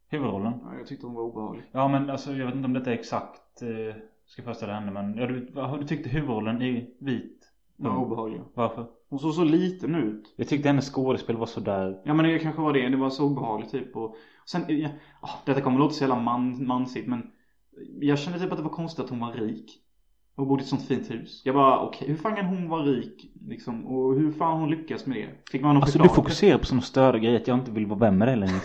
Huvudrollen? Ja, jag tyckte hon var obehaglig. Ja men alltså jag vet inte om detta är exakt, eh, ska föreställa henne men, ja, du, vad har du tyckt huvudrollen i vit? Hon var Ja. obehaglig. Varför? Hon såg så liten ut. Jag tyckte hennes skådespel var sådär. Ja men det kanske var det. Det var så obehagligt typ. Och sen, ja, ah, detta kommer låta så jävla man, mansigt men. Jag kände typ att det var konstigt att hon var rik. Och bodde i ett sånt fint hus. Jag bara okej, hur fan kan hon vara rik? Liksom, och hur fan hon lyckas med det? Fick man någon Alltså du förklaring? fokuserar på sådana störda grejer att jag inte vill vara vän med dig längre.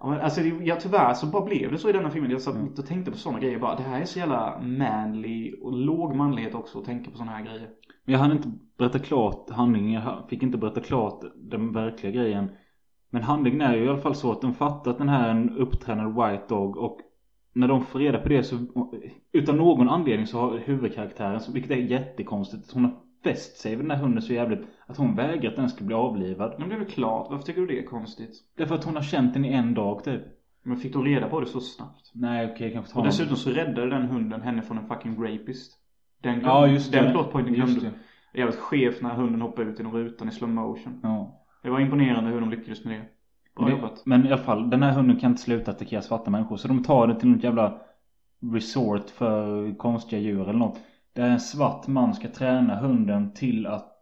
Ja, men alltså, det, jag, tyvärr så bara blev det så i denna filmen. Jag satt Mm. mitt och tänkte på sådana grejer. Bara, det här är så jävla manly och låg manlighet också att tänka på sådana här grejer. Men jag hann inte berätta klart handlingen. Jag hann- fick inte berätta klart den verkliga grejen. Men handlingen är ju i alla fall så att de fattar att den här är en upptränad white dog och när de får reda på det så utan någon anledning så har huvudkaraktären, så- vilket är jättekonstigt, att hon har fäst sig vid den här hunden så jävligt att hon vägrar att den ska bli avlivad. Men det är väl klart. Varför tycker du det är konstigt? Därför att hon har känt den i en dag typ. Men fick de reda på det så snabbt? Nej okej, jag kan få ta Och honom. dessutom så räddade den hunden henne från en fucking rapist. Den glömde, Ja just det. Den plotpointen glömde Just det. det. Jävligt skevt när hunden hoppade ut genom rutan i slow motion. Ja. Det var imponerande hur de lyckades med det. Bra Men, jobbat. men i alla fall, den här hunden kan inte sluta attackera svarta människor. Så de tar den till något jävla resort för konstiga djur eller något. Där en svart man ska träna hunden till att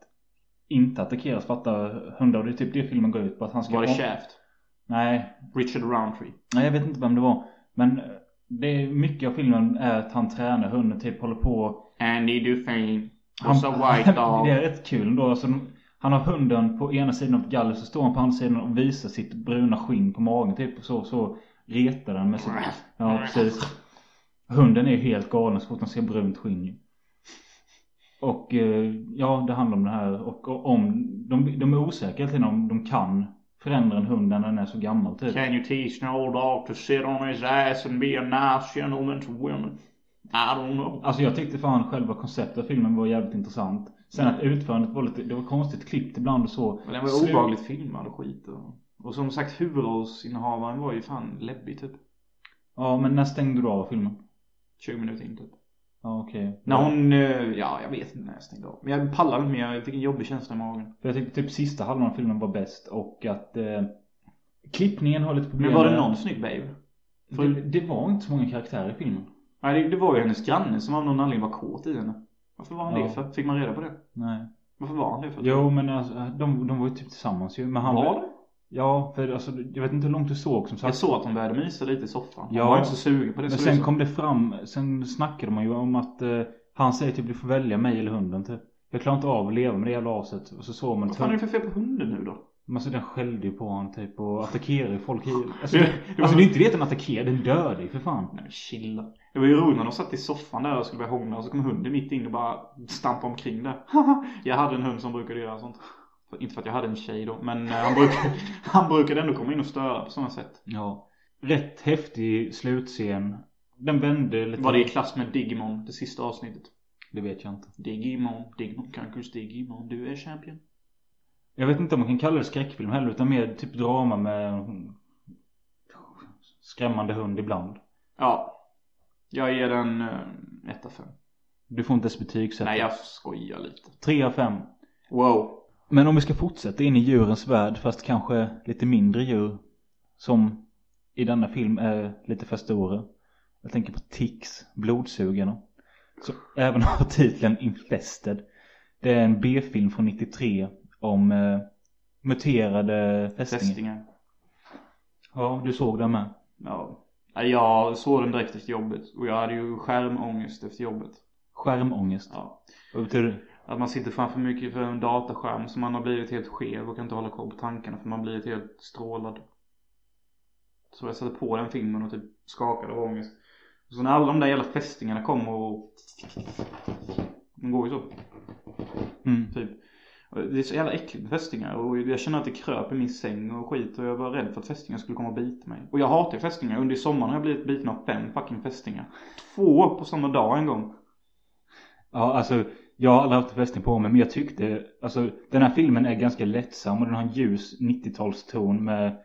inte attackera svarta hundar. Och det är typ det filmen går ut på. Att han ska... Var det Shaft? Nej, Richard Roundtree? Nej, jag vet inte vem det var. Men eh, det är mycket av filmen är att han tränar hunden. Typ håller på... Andy Dufresne. Han, Was a white dog. det är rätt kul då. Alltså, de- han har hunden på ena sidan av galler så står han på andra sidan och visar sitt bruna skinn på magen typ. Så, så retar han med sitt... Ja, precis. Hunden är ju helt galen så fort han ser brunt skinn ju. Och eh, ja, det handlar om det här och och om... De, de är osäkra hela tiden om de kan förändra en hund när den är så gammal typ. Can you teach an old dog to sit on his ass and be a nice gentleman to women? I don't know. Alltså jag tyckte fan själva konceptet av filmen var jävligt intressant. Sen att utförandet var lite... Det var konstigt klippt ibland och så. Men den var Slut. obehagligt filmad och skit. Och, och som sagt huvudrollsinnehavaren var ju fan läbbig typ. Ja, men när stängde du av filmen? 20 minuter in typ. Ja, okej. När hon, eh, ja jag vet inte när jag stängde av. Men jag pallade inte mer, jag fick en jobbig känsla i magen. För jag tyckte typ sista halvan av filmen var bäst och att eh, klippningen har lite problem Men var det med- någon snygg babe? Det, det var inte så många karaktärer i filmen. Nej det, det var ju hennes granne som av någon anledning var kåt i henne. Varför var han Ja. det för? Fick man reda på det? Nej. Varför var han det för? Jo, men alltså, de, de var ju typ tillsammans ju. Men han... Var det? Ja, för alltså, jag vet inte hur långt du såg som Jag sagt. såg att hon började mysa lite i soffan. Hon Ja. var inte så sugen på det. Men så det sen så- kom det fram, sen snackade man ju om att eh, han säger typ du får välja mig eller hunden typ. Jag klarar inte av att leva med det jävla aset. Och så såg man Vad fan är det för fel på hunden nu då? Men alltså den skällde ju på honom typ och attackerade ju folk. i- Alltså, Det- det, det var- alltså det är inte det att den attackerar, den dör dig för fan. Nej men chilla. Det var ju roligt när de satt i soffan där och skulle börja hångla och så kom hunden mitt in och bara stampade omkring där. jag hade en hund som brukade göra sånt. För- Inte för att jag hade en tjej då men eh, han brukade, han brukade ändå komma in och störa på sådana sätt. Ja. Rätt häftig slutscen. Den vände lite. Var det i klass med Digimon, det sista avsnittet? Det vet jag inte. Digimon, Digimon Conquers Digimon, du är champion. Jag vet inte om man kan kalla det skräckfilm heller utan mer typ drama med mm, skrämmande hund ibland. Ja. Jag ger den eh, 1 av 5. Du får inte ens betygsätta. Nej jag skojar lite. 3 av 5. Wow. Men om vi ska fortsätta in i djurens värld fast kanske lite mindre djur. Som i denna film är lite för stora. Jag tänker på Tix, Blodsugarna. Så även har titeln Infested. Det är en B-film från 93 om eh, muterade fästingar. Fästingar. Ja, du såg den med. Ja. Nej, Jag såg den direkt efter jobbet och jag hade ju skärmångest efter jobbet. Skärmångest. Ja. Vad betyder det? Att man sitter framför mycket för en dataskärm så man har blivit helt skev och kan inte hålla koll på tankarna för man blir helt strålad. Så jag satte på den filmen och typ skakade av ångest. Så när alla de där jävla fästingarna kommer och... De går ju så. Mm. Typ. Det är så jävla äckligt med fästingar och jag känner att det kröp i min säng och skit och jag var rädd för att fästingar skulle komma och bita mig. Och jag hatar ju fästingar. Under sommaren har jag blivit biten av fem fucking fästingar. Två på samma dag en gång. Ja, alltså jag har aldrig haft fästing på mig men jag tyckte, alltså den här filmen är ganska lättsam och den har en ljus 90-talston med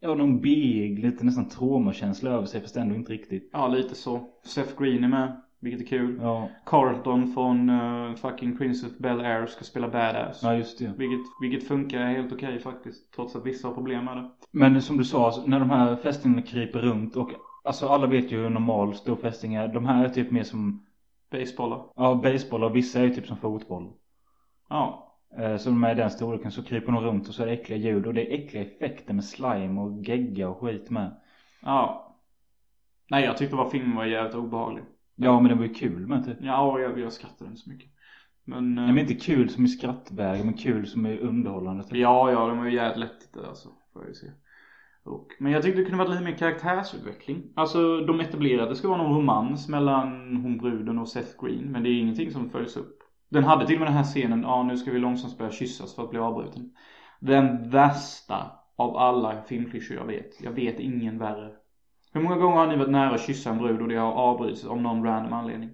Ja, någon beig, lite nästan traumakänsla över sig fast ändå inte riktigt. Ja, lite så. Seth Green är med, vilket är kul. Ja, Carlton från eh, fucking Prince of Bel Air ska spela badass. ja just det. Vilket, vilket funkar helt okej faktiskt. Trots att vissa har problem med det. Men som du sa, alltså, när de här fästingarna kryper runt och alltså alla vet ju hur normal stor fästing är. De här är typ mer som, Basebollar. ja baseball och vissa är ju typ som fotboll. Ja. Eh, Så de är i den storleken så kryper de runt och så är det äckliga ljud och det är äckliga effekter med slime och gegga och skit med. Ja. Nej, jag tyckte bara filmen var jävligt obehaglig. Ja men det var ju kul med typ. Ja, jag, jag skrattade inte så mycket. Men... eh, Nej men inte kul som i skrattväg men kul som i underhållande. typ. Ja, ja, de var ju jävligt lättittade alltså. Får jag ju se. Och, men jag tyckte det kunde varit lite mer karaktärsutveckling. Alltså de etablerade det ska vara någon romans mellan hon bruden och Seth Green. Men det är ingenting som följs upp. Den hade till och med den här scenen, ja nu ska vi långsamt börja kyssas för att bli avbruten. Den värsta av alla filmklyschor jag vet. Jag vet ingen värre. Hur många gånger har ni varit nära att kyssa en brud och det har avbrutits av någon random anledning?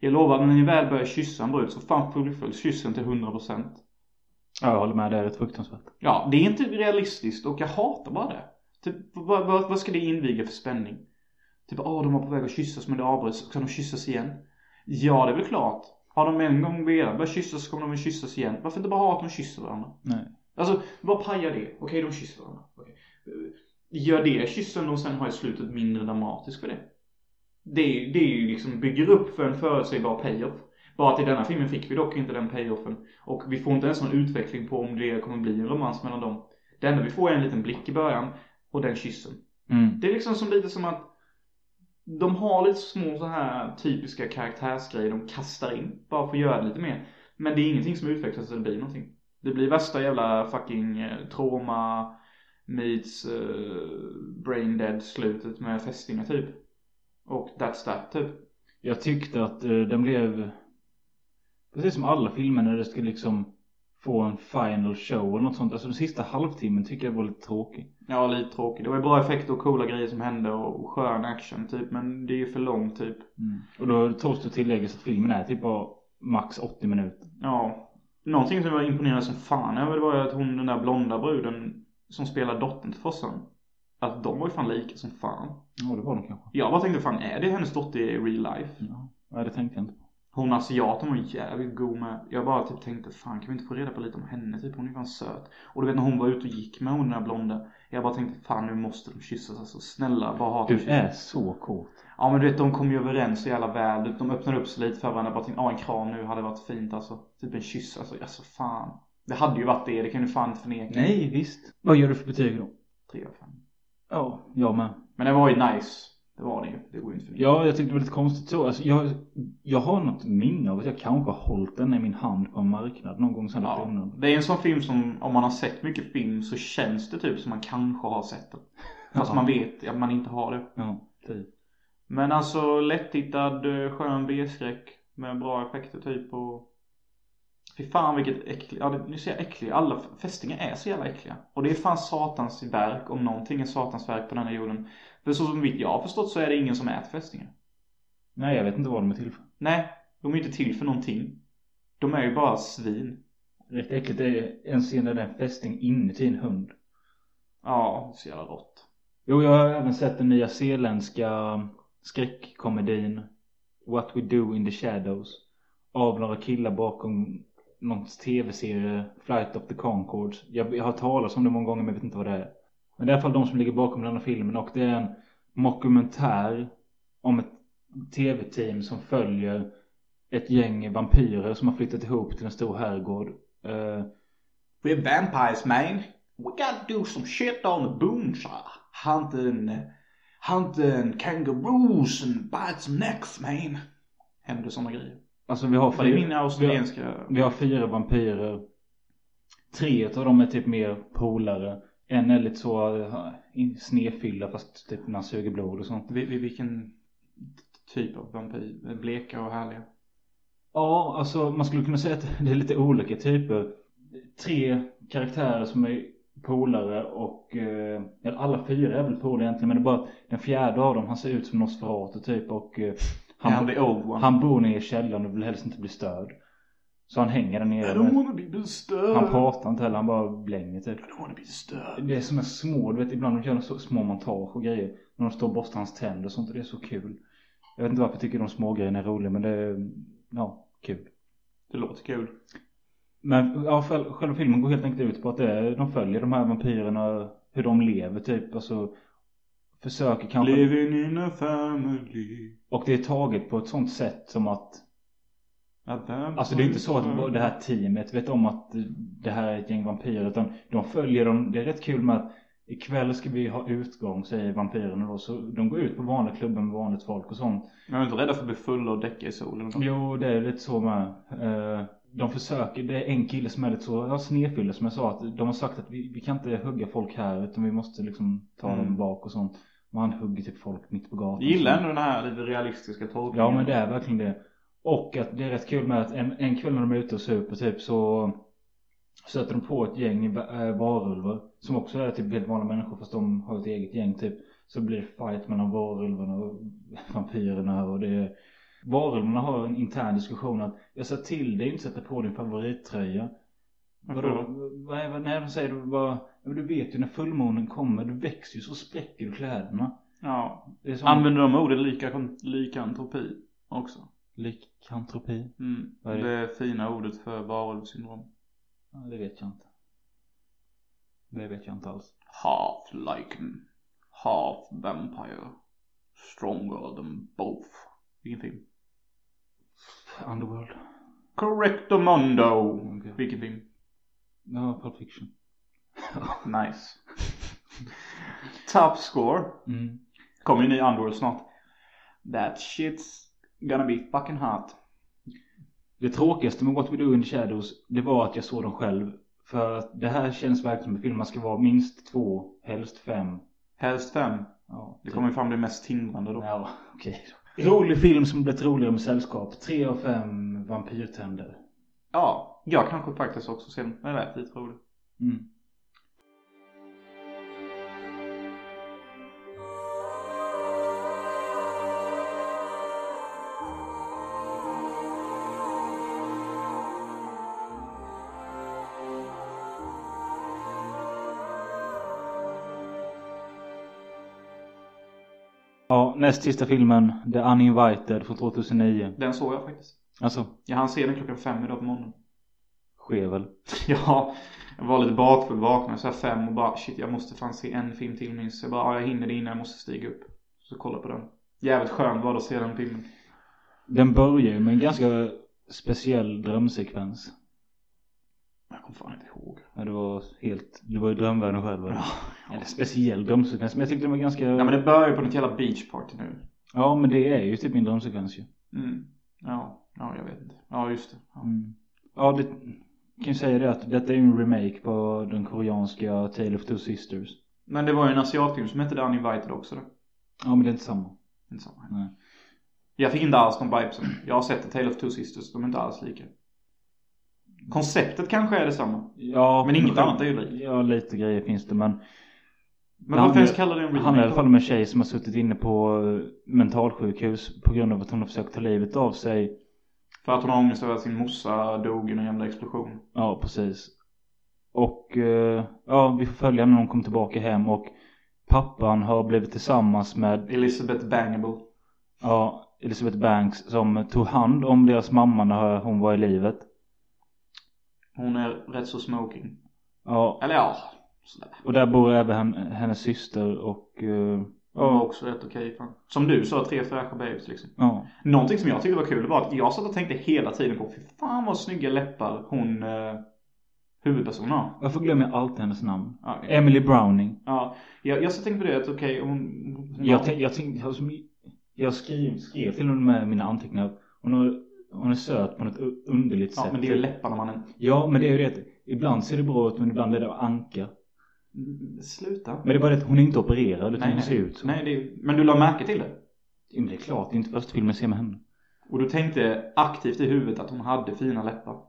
Jag lovar, när ni väl börjar kyssa en brud så fan fullföljs kyssen till 100%. Ja jag håller med, det är rätt fruktansvärt. Ja, det är inte realistiskt och jag hatar bara det. Typ, vad, vad, vad ska det inviga för spänning? Typ, åh de var på väg att kyssas men det avbryts och kan de kyssas igen? Ja, det är väl klart. Har de en gång redan börjat kyssas så kommer de väl kyssas igen. Varför inte bara ha att de kysser varandra? Nej. Alltså, vad pajar det? Okej, de kysser varandra. Okej. Eh, Gör det kyssen och sen har i slutet mindre dramatisk för det. Det, är- det är ju liksom bygger upp för en förutsägbar payoff. Bara att i denna filmen fick vi dock inte den payoffen. Och vi får inte ens någon utveckling på om det kommer bli en romans mellan dem. Det enda vi får är en liten blick i början och den kyssen. Mm. Det är liksom som lite som att de har lite små så här typiska karaktärsgrejer de kastar in bara för att göra det lite mer. Men det är ingenting som utvecklas eller blir någonting. Det blir värsta jävla fucking eh, trauma meets eh, brain dead slutet med fästingar typ. Och that's that typ. Jag tyckte att eh, den blev precis som alla filmer när det ska liksom få en final show eller något sånt. Alltså den sista halvtimmen tycker jag var lite tråkig. Ja, lite tråkigt. Det var ju bra effekter och coola grejer som hände och skön action typ. Men det är ju för långt typ. Mm. Och då tåls det tilläggas att filmen är typ bara max 80 minuter. Ja. Någonting som jag imponerade som fan över det var ju att hon den där blonda bruden som spelar dottern till Fossan. Att de var ju fan lika som fan. Ja det var den kanske. Jag bara tänkte fan är det hennes dotter i real life? Ja, Nej, det tänkte jag inte på. Hon asiaten var jävligt god med. Jag bara typ tänkte fan kan vi inte få reda på lite om henne typ? Hon är fan söt. Och du vet när hon var ute och gick med hon den där blonda. Jag bara tänkte fan nu måste de kyssas alltså. Snälla bara ha att de Du kyssas. är så kort. Ja men du vet de kom ju överens så jävla väl. De öppnade upp sig lite för varandra. Bara tänkte, ja en kram nu hade varit fint alltså. Typ en kyss alltså. Alltså fan. Det hade ju varit det. Det kan du fan inte förneka. Nej visst. Vad gör du för betyg då? Tre av fem. Ja, jag med. Men det var ju nice. Det var det ju. Det går ju inte att förneka. Ja, jag tyckte det var lite konstigt så. Alltså, jag, jag har något minne av att jag kanske har hållit den i min hand på en marknad någon gång sedan jag Ja, lagt undan. det är en sån film som om man har sett mycket film så känns det typ som man kanske har sett den. Fast Ja. man vet att man inte har det. Ja, typ. Men alltså lättittad eh, skön B-skräck med bra effekter typ och Fy fan vilket äckligt, ja, det- nu ser jag äcklig, alla f- fästingar är så jävla äckliga. Och det är fan satans verk om någonting är satans verk på den här jorden. För så som vitt jag har förstått så är det ingen som äter fästingar. Nej, jag vet inte vad de är till för. Nej, de är ju inte till för någonting. De är ju bara svin. Rätt äckligt är en scen där det är en fästing inuti en hund. Ja, så jävla rått. Jo, jag har även sett den nya zeeländska skräckkomedin What We Do In The Shadows av några killar bakom någon tv-serie Flight of the Conchords. Jag, jag har talat om det många gånger men jag vet inte vad det är. Men det är i alla fall de som ligger bakom den här filmen och det är en mockumentär om ett tv-team som följer ett gäng vampyrer som har flyttat ihop till en stor herrgård. Eh, We're vampires man. We gotta do some shit on the boons. uh, Hunting, hunting kangaroos and bite some necks man. Händer sådana grejer. alltså vi har Vad är min australienska? Vi har fyra vampyrer. Tre av dem är typ mer polare. En är lite så eh, in- snedfylla fast typ när han suger blod och sånt. Vi- vi- Vilken typ av vampyr? Bleka och härliga? Ja, alltså man skulle kunna säga att det är lite olika typer. Tre karaktärer som är polare och eh, eller alla fyra är väl polare egentligen men det är bara att den fjärde av dem han ser ut som Nosferatu typ och eh, Han, han, the old one. han bor nere i källaren och vill helst inte bli störd. Så han hänger där I nere. don't Men wanna be disturbed. han pratar inte heller, han bara blänger typ. I don't wanna be disturbed. Det är som är små, du vet ibland de gör så- små montage och grejer. När de står och borstar hans tänder och sånt och det är så kul. Jag vet inte varför jag tycker de små grejerna är roliga men det är, ja, kul. Det låter kul. Men ja, själ- själva filmen går helt enkelt ut på att det är, de följer de här vampyrerna, hur de lever typ. Alltså, försöker kanske. Living in a family. Och det är taget på ett sånt sätt som att Alltså det är inte så att det här teamet vet om att det här är ett gäng vampyrer utan de följer dem. Det är rätt kul med att ikväll ska vi ha utgång säger vampyrerna då. Så de går ut på vanliga klubben med vanligt folk och sånt. Jag är inte rädda för att bli fulla och däcka i solen. Jo det är lite så med. Eh, De försöker, det är en kille som är lite så, ja snedfylle som jag sa att de har sagt att vi, vi kan inte hugga folk här utan vi måste liksom ta dem Mm. bak och sånt. Men han hugger typ folk mitt på gatan. Jag gillar ändå den här lite realistiska tolkningen. Ja men det är verkligen det. Och att det är rätt kul med att en, en kväll när de är ute och super typ så stöter de på ett gäng va- eh, varulvar. Som också är typ helt vanliga människor fast de har ett eget gäng typ. Så blir det fight mellan varulvarna och vampyrerna och det är... Varulvarna har en intern diskussion att jag sa till dig att inte sätta på din favorittröja. Varför Vadå? Vad är, vad, nej, de säger du bara... "Ja, men Du vet ju när fullmånen kommer, du växer ju så spräcker du kläderna. Ja. Det är som Använder de ordet lika, likantropi också? likantropi. Mm. Vad är det? Det fina ordet för varulvssyndrom. Ja, det vet jag inte. Det vet jag inte alls. Half lycan. Half vampire. Stronger than both. Vilken film? Underworld. Correctamundo. Okej. Vilken film? Ja, Pulp Fiction. Nice. Top score. Mm. Kommer ju ny Underworld snart. That shit's gonna be fucking hot. Det tråkigaste med What We Do In The Shadows, det var att jag såg den själv. För att det här känns verkligen som en film man ska vara minst två, helst fem. Helst fem. Ja, typ. Det kommer ju fram det mest tindrande då. Ja, okej då. Rolig film som blivit roligare med sällskap. Tre av fem vampyrtänder. Ja, jag kanske faktiskt också ser den. Den lät lite rolig. Mm. Ja, näst sista filmen, The Uninvited från 2009. Den såg jag faktiskt. Alltså, Jag hann se den klockan fem idag på morgonen. skevel. Ja, jag var lite bakfull, vaknade så här fem och bara shit jag måste fan se en film till minst. Jag bara ja, jag hinner det innan jag måste stiga upp. Så kolla på den. Jävligt skönt var det att se den filmen. Den börjar ju med en ganska speciell drömsekvens. Jag kommer fan inte ihåg. Ja, det var helt, det var ju drömvärlden själv. eller? Eller speciell drömsekvens, men jag tyckte den var ganska... Nej men det börjar ju på något jävla beachparty nu. Ja, men det är ju typ min drömsekvens ju. Mm. Ja, ja jag vet inte. Ja just det. Ja. Mm. Ja, det kan ju säga det att detta är ju en remake på den koreanska Tale of Two Sisters. Men det var ju en asiatfilm som hette The Uninvited också då. Ja, men det är inte samma. Inte samma. Nej. Jag fick inte alls de vibesen. Jag har sett The Tale of Two Sisters, de är inte alls lika. Konceptet kanske är detsamma. Ja, Men inget annat är ju likt. Ja, lite grejer finns det, men Men Han- varför ens kallar det en remake? Han är i alla fall med en tjej som har suttit inne på eh, mentalsjukhus på grund av att hon har försökt ta livet av sig. För att hon har ångest över att sin morsa dog i någon jävla explosion. Ja, precis. Och eh, ja, vi får följa när hon kommer tillbaka hem och pappan har blivit tillsammans med Elizabeth Bangable. ja, Elizabeth Banks som tog hand om deras mamma när hon var i livet. Hon är rätt så smoking. Ja, Eller ja, sådär. och där bor även hen- hennes syster och eh, Ja. De var också rätt okej. fan. Som du sa, tre fräscha babes liksom. Ja. Någonting som jag tyckte var kul var att jag satt och tänkte hela tiden på fy fan vad snygga läppar hon eh, huvudpersonen har. Varför glömmer jag alltid hennes namn? Ja, ja. Emily Browning. ja, jag, jag satt och tänkte på det att okej hon, hon Jag, tänk, jag, tänk, jag, som- jag skrev, skrev till och med mina anteckningar. Hon, har, hon är söt på något u- underligt Ja sätt. men det är ju läpparna mannen. Ja, men det är ju det. att Ibland ser det bra ut men ibland är det anka. Sluta. Men det är bara det att hon är inte opererad utan nej, hon ser nej. ut så. nej det är, men du la märke till det. Ja, Men det är klart, det är inte första filmen jag ser med henne. Och du tänkte aktivt i huvudet att hon hade fina läppar.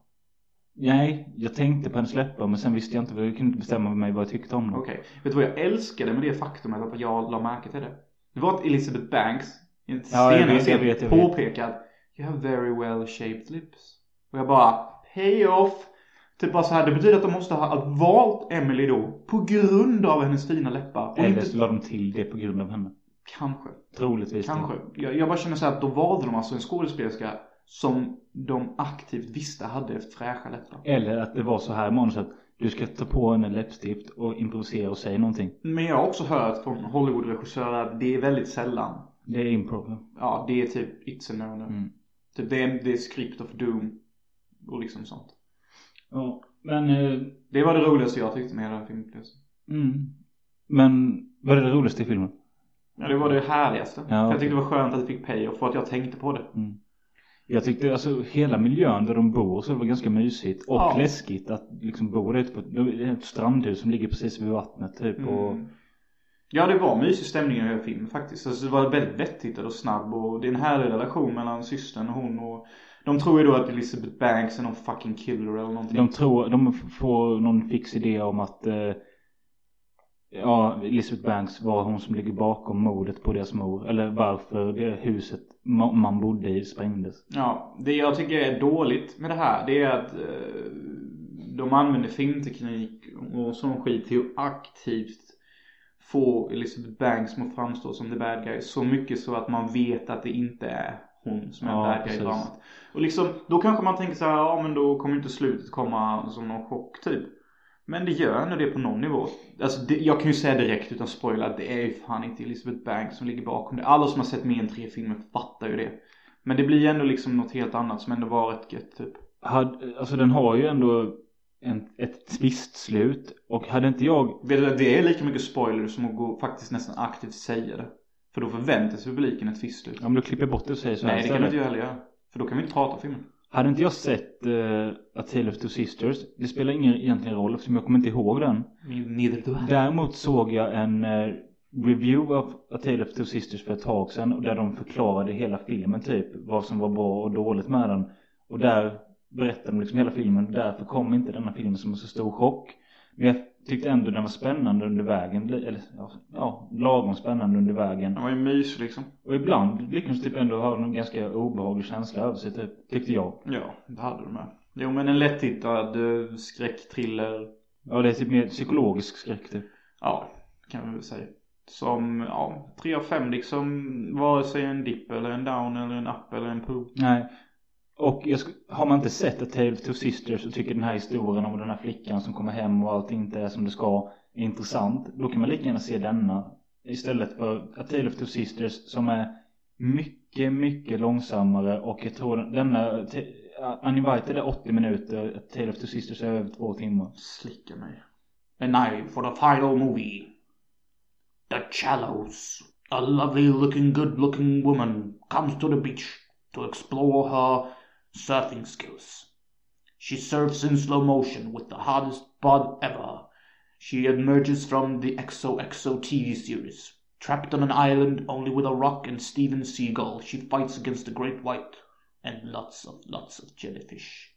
Nej, jag tänkte på hennes läppar men sen visste jag inte. Jag kunde inte bestämma mig vad jag tyckte om dem. Okej, vet du vad jag älskade med det faktumet att jag la märke till det? Det var att Elizabeth Banks i en Ja, jag senare vet, jag scen vet, jag vet. påpekade You have very well shaped lips. Och jag bara pay off. Typ bara så här, det betyder att de måste ha valt Emily då på grund av hennes fina läppar. Och Eller inte... så la de till det på grund av henne. Kanske, Troligtvis. det. kanske. Jag, jag bara känner så här att då valde de alltså en skådespelerska som de aktivt visste hade fräscha läppar. Eller att det var så här i manuset. Du ska ta på henne läppstift och improvisera och säga någonting. Men jag har också hört från Hollywoodregissörer att det är väldigt sällan Det är improv. Ja, det är typ It's a no-no. Mm. Typ det är, det är script of doom. Och liksom sånt. Ja, men... eh, Det var det roligaste jag tyckte med hela filmupplevelsen. Mm. Men vad är det roligaste i filmen? Ja, det var det härligaste. För jag okej. tyckte det var skönt att det fick pay off för att jag tänkte på det. Jag tyckte alltså hela miljön där de bor så det var ganska mysigt och Ja. läskigt att liksom bo där ute på det är ett strandhus som ligger precis vid vattnet typ och Mm. Ja, det var mysig stämning i hela filmen faktiskt. Alltså, det var väldigt vettittad och snabb och det är en härlig relation mellan systern och hon och de tror ju då att Elizabeth Banks är någon fucking killer eller någonting. de tror, de f- får någon fix idé om att eh, ja, Elizabeth Banks var hon som ligger bakom mordet på deras mor eller varför det huset ma- man bodde i sprängdes. Ja, det jag tycker är dåligt med det här det är att eh, de använder filmteknik och sån skit till att aktivt få Elizabeth Banks att framstå som the bad guy så mycket så att man vet att det inte är hon som är Ja, bad guy i precis. dramat. Och liksom, då kanske man tänker så här, ja men då kommer inte slutet komma som någon chock typ. Men det gör ändå det på någon nivå. Alltså det, jag kan ju säga direkt utan spoiler att det är ju fan inte Elizabeth Banks som ligger bakom det. Alla som har sett mer än tre filmer fattar ju det. Men det blir ändå liksom något helt annat som ändå var rätt gött typ. Had, alltså den har ju ändå en, ett tvistslut och hade inte jag Vet du, Det är lika mycket spoiler som att gå, faktiskt nästan aktivt säga det. För då förväntar sig publiken ett tvistslut. om du klipper bort det och säger så här Nej det kan istället. du inte heller göra. För då kan vi inte prata om filmen. Hade inte jag sett eh, A Tale of Two Sisters, det spelar ingen egentligen roll eftersom jag kommer inte ihåg den. Neither do I. Däremot såg jag en eh, review av A Tale of Two Sisters för ett tag sedan och där de förklarade hela filmen typ, vad som var bra och dåligt med den. Och där berättade de liksom hela filmen, därför kom inte denna filmen som en så stor chock. Men jag tyckte ändå den var spännande under vägen, li- eller ja, ja, lagom spännande under vägen. Det var ju mys liksom. Och ibland lyckades typ ändå ha en ganska obehaglig känsla över sig typ, tyckte jag. Ja, det hade du med. Jo men en lätttittad eh, skräckthriller. Ja, det är typ mer psykologisk skräck typ. Ja, kan vi väl säga. Som, ja, 3 av 5 liksom. Vare sig en dipp eller en down eller en up eller en poo. Nej. Och jag sk- har man inte sett A Tale of Two Sisters och tycker den här historien om den här flickan som kommer hem och allt inte är som det ska är intressant. Då kan man lika gärna se denna. Istället för A Tale of Two Sisters som är mycket, mycket långsammare och jag tror den- denna te- Uninvited är 80 minuter, A Tale of Two Sisters är över två timmar. Slicka mig. And now for the final movie. The Shallows. A lovely looking good looking woman comes to the beach to explore her surfing skills. She surfs in slow motion with the hardest bod ever. She emerges from the XOXO TV series. Trapped on an island only with a rock and Steven Seagal, she fights against the great white and lots of lots of jellyfish.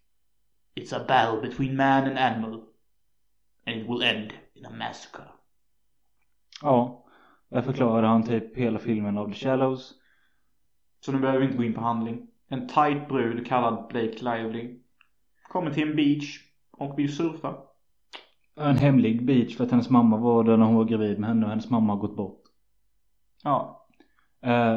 It's a battle between man and animal, and it will end in a massacre. Ja. Där förklarade han typ hela filmen av The Shallows. Så nu behöver vi inte gå in på handling. En tight brud kallad Blake Lively kommer till en beach och vill surfa. En hemlig beach för att hennes mamma var där när hon var gravid med henne och hennes mamma har gått bort. Ja, Eh,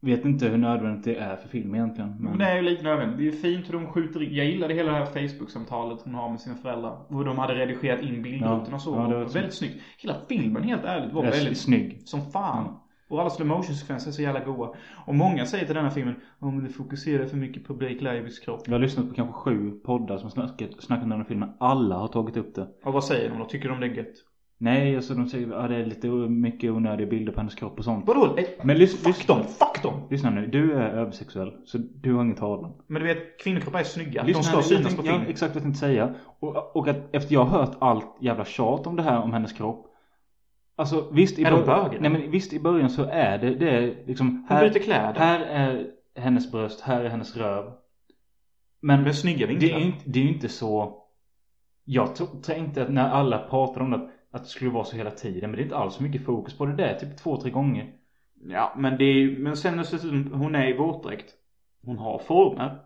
vet inte hur nödvändigt det är för film egentligen. Men... Men det är ju lite nödvändigt. Det är ju fint hur de skjuter in. Jag gillade hela det här Facebook-samtalet hon har med sina föräldrar. Hur de hade redigerat in bildrutorna och så. Ja, det var väldigt snyggt. Hela filmen helt ärligt var Den är väldigt snygg. som fan. Och alla slow motion sekvenser är så jävla goa. Och många säger till denna filmen om men det fokuserar för mycket på Blake Livys kropp. Jag har lyssnat på kanske sju poddar som snackat, snackat om den här filmen. Alla har tagit upp det. Och vad säger de då? Tycker de det är gött? Nej, alltså de säger att det är lite mycket onödiga bilder på hennes kropp och sånt. Vadå? Eh, Men lyssna, Fuck dem! Fuck dem! lyssna nu, du är översexuell. Så du har ingen talan. Men du vet, kvinnokroppar är snygga. Lyssna, de ska jag synas tänkte- på film. Ja, exakt vad jag tänkte säga. Och, och att efter jag har hört allt jävla tjat om det här om hennes kropp. Alltså visst i, Är de början, böger? nej, men visst, i början så är det, det är liksom Hon här, byter kläder. här är hennes bröst, här är hennes röv. Men Med snygga det är, vinklar. ju inte, det är ju inte så... Jag tro- tänkte att när alla pratade om det att- att det skulle vara så hela tiden. Men det är inte alls så mycket fokus på det. Det är typ två, tre gånger. Ja, men det är Men sen dessutom, hon är i våtdräkt. Hon har former.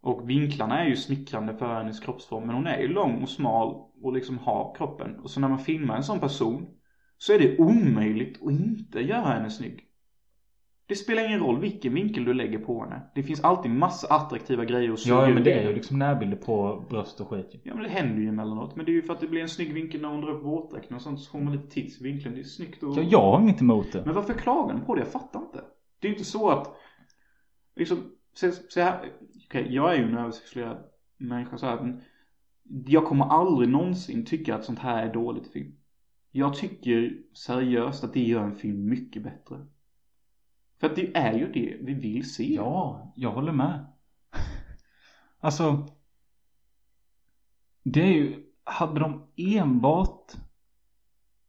Och vinklarna är ju smickrande för hennes kroppsform. Men hon är ju lång och smal och liksom har kroppen. Och så när man filmar en sån person så är det omöjligt att inte göra henne snygg. Det spelar ingen roll vilken vinkel du lägger på henne. Det finns alltid massa attraktiva grejer att sy Ja, ut men det i är ju den. liksom närbilder på bröst och skit. ju. Ja men det händer ju emellanåt. Men det är ju för att det blir en snygg vinkel när hon drar upp våtdräkten och sånt så får man lite tids i vinkeln. Det är snyggt och... Ja, jag har inget emot det. Men varför klagar de på det? Jag fattar inte. Det är ju inte så att... Liksom, se, se här. Okej, jag är ju en översexuerad människa så här. Men jag kommer aldrig någonsin tycka att sånt här är dåligt i film. Jag tycker seriöst att det gör en film mycket bättre. För att det är ju det vi vill se. Ja, jag håller med. Alltså. Det är ju, hade de enbart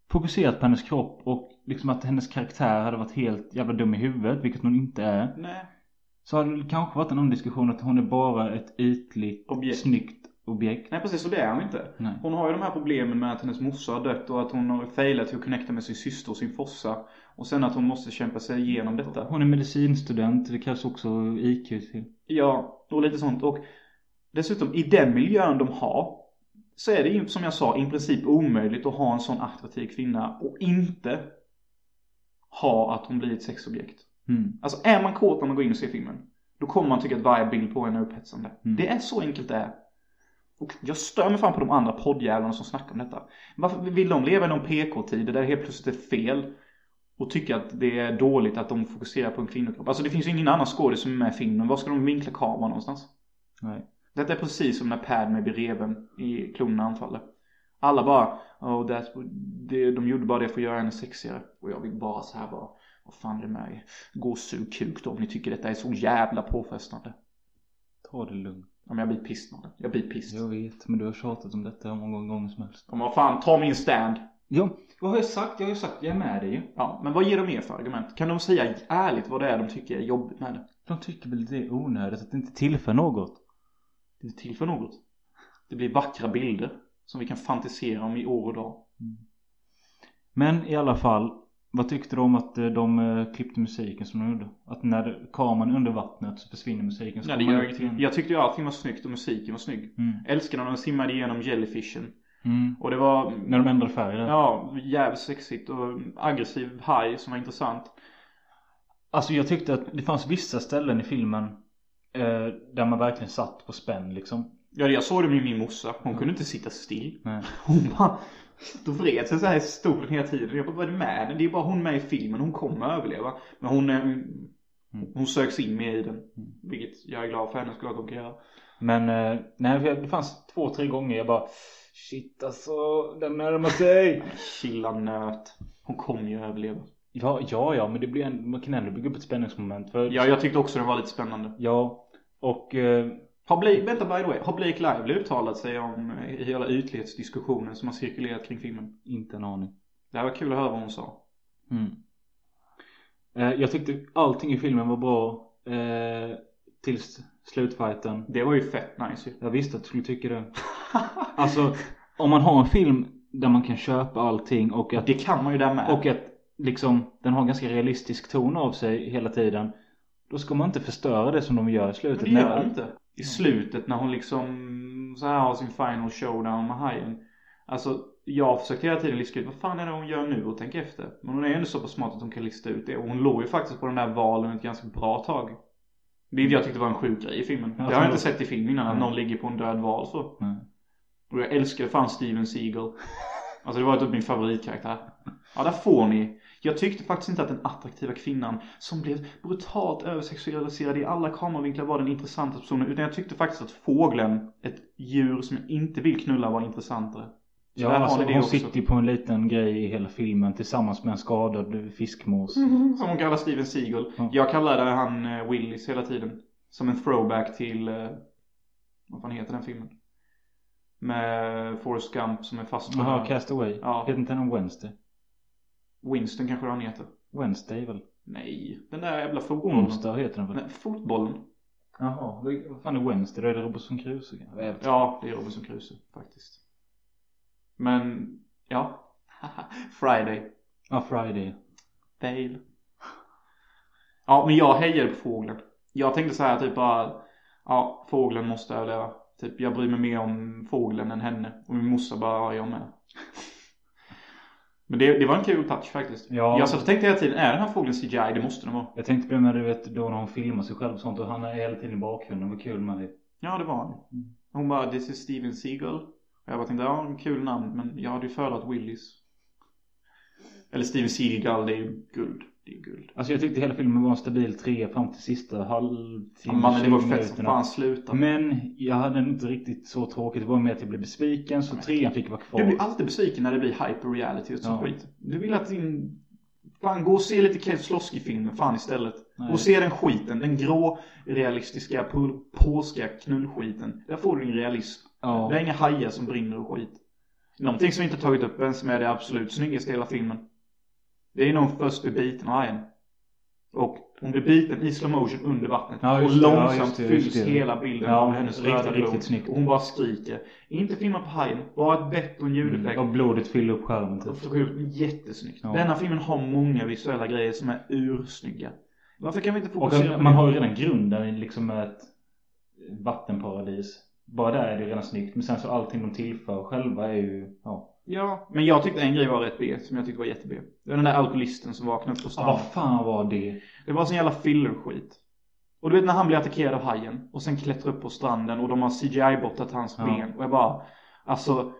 fokuserat på hennes kropp och liksom att hennes karaktär hade varit helt jävla dum i huvudet, vilket hon inte är. Nej. Så hade det kanske varit en annan diskussion att hon är bara ett ytligt, Objekt. snyggt objekt. Nej precis, så det är hon inte. Nej. Hon har ju de här problemen med att hennes morsa har dött och att hon har failat till att connecta med sin syster och sin fossa. Och sen att hon måste kämpa sig igenom detta. Hon är medicinstudent, det krävs också IQ till. Ja, och lite sånt. Och dessutom, i den miljön de har så är det ju som jag sa i princip omöjligt att ha en sån attraktiv kvinna och inte ha att hon blir ett sexobjekt. Mm. Alltså är man kåt när man går in och ser filmen, då kommer man tycka att varje bild på henne är upphetsande. Mm. Det är så enkelt det är. Och jag stör mig fan på de andra poddjävlarna som snackar om detta. Varför vill de leva i någon PK-tid där det helt plötsligt är fel och tycka att det är dåligt att de fokuserar på en kvinnokropp? Alltså det finns ju ingen annan skådis som är med i filmen. Var ska de vinkla kameran någonstans? Nej. Detta är precis som när Padme blir reven i Klonerna anfaller. Alla bara, oh, that's, det, de gjorde bara det för att göra henne sexigare. Och jag vill bara så här bara, vad fan är det med er? Gå och sug kuk då om ni tycker detta är så jävla påfrestande. Ta det lugnt. Ja, men jag blir pissed mannen. Jag blir pissed. Jag vet, men du har tjatat om detta hur många gånger som helst. Ja, men vad fan, ta min stand. Ja, vad har jag sagt? Jag har ju sagt jag är med dig ju. Ja, men vad ger de mer för argument? Kan de säga ärligt vad det är de tycker är jobbigt med det? De tycker väl det är onödigt att det inte tillför något. Det är till för något. Det blir vackra bilder som vi kan fantisera om i år och dag. Men i alla fall, vad tyckte du om att eh, de eh, klippte musiken som de gjorde? Att när kameran är under vattnet så försvinner musiken. Så Nej, det kommer gör man upp ingenting. igen. Jag tyckte ju allting var snyggt och musiken var snygg. Mm. Älskar när de simmade igenom jellyfishen. Mm. Och det var... När de ändrade färg där. Ja, jävligt sexigt och aggressiv haj som var intressant. Alltså jag tyckte att det fanns vissa ställen i filmen eh, där man verkligen satt på spänn liksom. Ja, jag såg det med min morsa. Hon kunde inte sitta still. Nej. Hon bara satt och vred sig så här i stolen hela tiden. Jag bara, vad är det med henne? Det är bara hon med i filmen. Hon kommer att överleva. Men hon, är- Mm. hon söks in mer i den. Vilket jag är glad för henne, skulle jag kunna göra. Men eh, nej, för jag- det fanns två, tre gånger jag bara Shit alltså, den närmar sig. Chilla nöt. Hon kommer ju att överleva. ja, ja, ja, men det blir en, man kan ändå bygga upp ett spänningsmoment. För, Ja, jag tyckte också den var lite spännande. ja. Och eh, Har Blake, vänta by the way. Har Blake Lively uttalat sig om eh, hela ytlighetsdiskussionen som har cirkulerat kring filmen? inte en aning. Det här var kul att höra vad hon sa. Mm. Eh, jag tyckte allting i filmen var bra. Eh, tills slutfighten. Det var ju fett nice ju. Jag visste att du skulle tycka det. Alltså, om man har en film där man kan köpa allting och att, Det kan man ju där med. och att liksom, den har en ganska realistisk ton av sig hela tiden. Då ska man inte förstöra det som de gör i men slutet. det gör När- hon inte. I slutet när hon liksom så här har sin final showdown med hajen. Alltså jag har försökt hela tiden lista ut vad fan är det hon gör nu och tänka efter. Men hon är ju ändå så pass smart att hon kan lista ut det. Och hon låg ju faktiskt på den där valen ett ganska bra tag. Vilket jag tyckte var en sjuk grej i filmen. Ja, det har jag så- inte sett i film innan att Nej. någon ligger på en död val så. Nej. Och jag älskar fan Steven Seagal. Alltså det var typ min favoritkaraktär. Ja, där får ni. Jag tyckte faktiskt inte att den attraktiva kvinnan som blev brutalt översexualiserad i alla kameravinklar var den intressanta personen. Utan jag tyckte faktiskt att fågeln, ett djur som jag inte vill knulla, var intressantare. Så Ja, där har alltså, ni det hon också. sitter ju på en liten grej i hela filmen tillsammans med en skadad fiskmås. Som hon kallar Steven Seagal. Ja. Jag kallade han eh, Willis hela tiden. Som en throwback till, eh, vad fan heter den filmen? Med Forrest Gump som är fast Jaha, Castaway. Ja. Heter inte den Wednesday? Winston kanske han heter. Wednesday väl? Nej, den där jävla fotbollen. Onsdag heter den väl? Nej, fotbollen. Jaha, vad- vad fan är Wednesday? Då är det Robinson Crusoe kanske? Jag vet inte. Ja, det är Robinson Crusoe faktiskt. Men, ja. Friday. Ja, Friday. Fail. Ja, men jag hejade på fågeln. Jag tänkte så här typ bara, ja, fågeln måste överleva. Typ, jag bryr mig mer om fågeln än henne. Och min morsa bara, ja, jag med. Men det, det var en kul touch faktiskt. Ja. Jag satt och tänkte hela tiden, är den här fågeln CGI? Det måste den vara. Jag tänkte på det när du vet då när hon filmar sig själv och sånt och han är hela tiden i bakgrunden. Vad kul med det. Ja, det var han. Hon bara, this is Steven Seagal. Och jag bara tänkte, ja, en kul namn, men jag hade ju föredragit Willis. Eller Steven Seagal, det är ju guld. Det är ju guld. Alltså jag tyckte hela filmen var en stabil trea fram till sista halvtimmen. Mannen, det var 20 fett som minuterna. fan, sluta. Men jag hade inte riktigt så tråkigt. Det var mer att jag blev besviken så trean fick vara kvar. Du blir alltid besviken när det blir hyperreality och sånt Ja. skit. Du vill att din... Fan, gå och se lite Kate Sloski-filmer fan istället. Nej. Gå och se den skiten. Den grå, realistiska, pol- polska knullskiten. Där får du din realism. Ja. Det är inga hajar som brinner och skit. Någonting som vi inte tagit upp än som är det absolut snyggaste i hela filmen. Det är när hon först blir biten av hajen. Och hon blir biten i slow motion under vattnet. Ja, och just det, ja, långsamt just det, fylls just det. hela bilden Ja, av hennes riktigt, röda riktigt blod. snyggt. Och hon bara skriker. Inte filma på hajen, bara ett bett och en ljudeffekt. Och blodet fyller upp skärmen typ. Och får ut jättesnyggt. Mm, Ja. Denna filmen har många visuella grejer som är ursnygga. Varför kan vi inte Och fokusera den, på man det? har ju redan grunden liksom med ett vattenparadis. Bara där är det redan snyggt. Men sen så allting de tillför själva är ju, ja. Ja, men jag tyckte en grej var rätt B, som jag tyckte var jätte-B. Det var den där alkoholisten som vaknade upp på ja stranden. vad fan var det? Det var sån jävla fillerskit. Och du vet när han blir attackerad av hajen och sen klättrar upp på stranden och de har CGI-bottat hans Ja. ben. Och jag bara, alltså.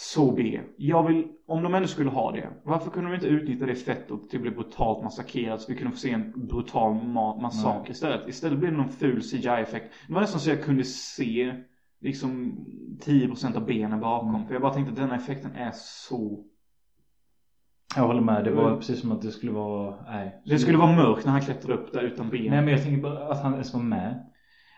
Så B. Jag vill, om de ändå skulle ha det. Varför kunde de inte utnyttja det fettet till att bli brutalt massakrerat så vi kunde få se en brutal ma- massaker Nej. istället? Istället blev det någon ful CGI-effekt. Det var nästan så jag kunde se liksom 10% av benen bakom. Mm. För jag bara tänkte att den här effekten är så Jag håller med. Det var Mm. precis som att det skulle vara, nej. Det skulle vara mörkt när han klättrar upp där utan ben. Nej men jag tänker bara att han ens var med.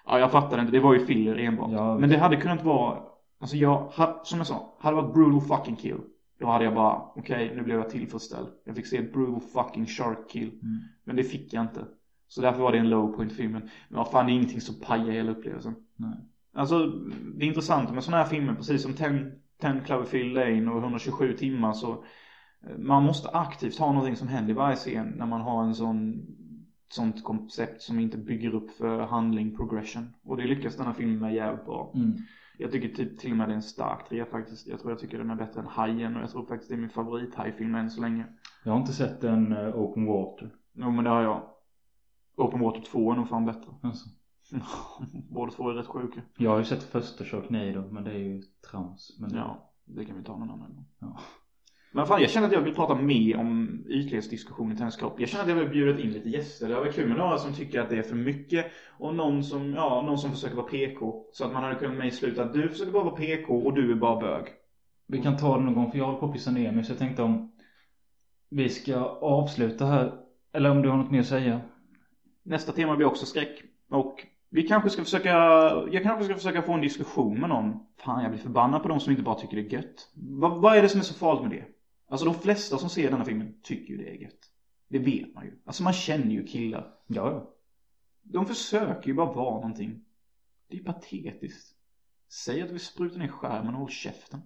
Ja, jag fattar inte. Det var ju filler enbart. Ja, men det hade kunnat vara... Alltså jag, ha- som jag sa, hade det varit brutal fucking kill. Då hade jag bara, okej, nu blev jag tillfredsställd. Jag fick se ett brutal fucking shark kill. Mm. Men det fick jag inte. Så därför var det en low point i filmen. Men vad fan, det är ingenting som pajar hela upplevelsen. Nej. Alltså, det är intressant med sådana här filmer, precis som 10, 10 Cloverfield Lane och 127 timmar så eh, man måste aktivt ha någonting som händer i varje scen när man har en sån sånt koncept som inte bygger upp för handling progression. Och det lyckas den här filmen med jävligt bra. Mm. Jag tycker typ till och med det är en stark trea faktiskt. Jag tror jag tycker den är bättre än Hajen och jag tror faktiskt det är min favorithajfilm än så länge. Jag har inte sett en eh, Open Water. Jo men det har jag. Open Water 2 är nog fan bättre. Alltså. Båda två är rätt sjuka. Jag har ju sett första Sharknado men det är ju trams. Men Ja, det kan vi ta någon annan gång. Ja. Men fan, jag känner att jag vill prata mer om ytlighetsdiskussionen i Tennis Cup. Jag känner att jag vill bjuda in lite gäster. Det hade varit kul med några som tycker att det är för mycket och någon som, ja, någon som försöker vara PK. Så att man hade kunnat mejsluta att du försöker bara vara PK och du är bara bög. Vi kan ta det någon gång för jag håller på att pissa ner mig så jag tänkte om vi ska avsluta här. Eller om du har något mer att säga? Nästa tema blir också skräck. Och vi kanske ska försöka, jag kanske ska försöka få en diskussion med någon. Fan, jag blir förbannad på de som inte bara tycker det är gött. Va, vad är det som är så farligt med det? Alltså de flesta som ser denna filmen tycker ju det är gött. Det vet man ju. Alltså man känner ju killar. Ja, ja. De försöker ju bara vara någonting. Det är ju patetiskt. Säg att vi sprutar ner skärmen och håll käften.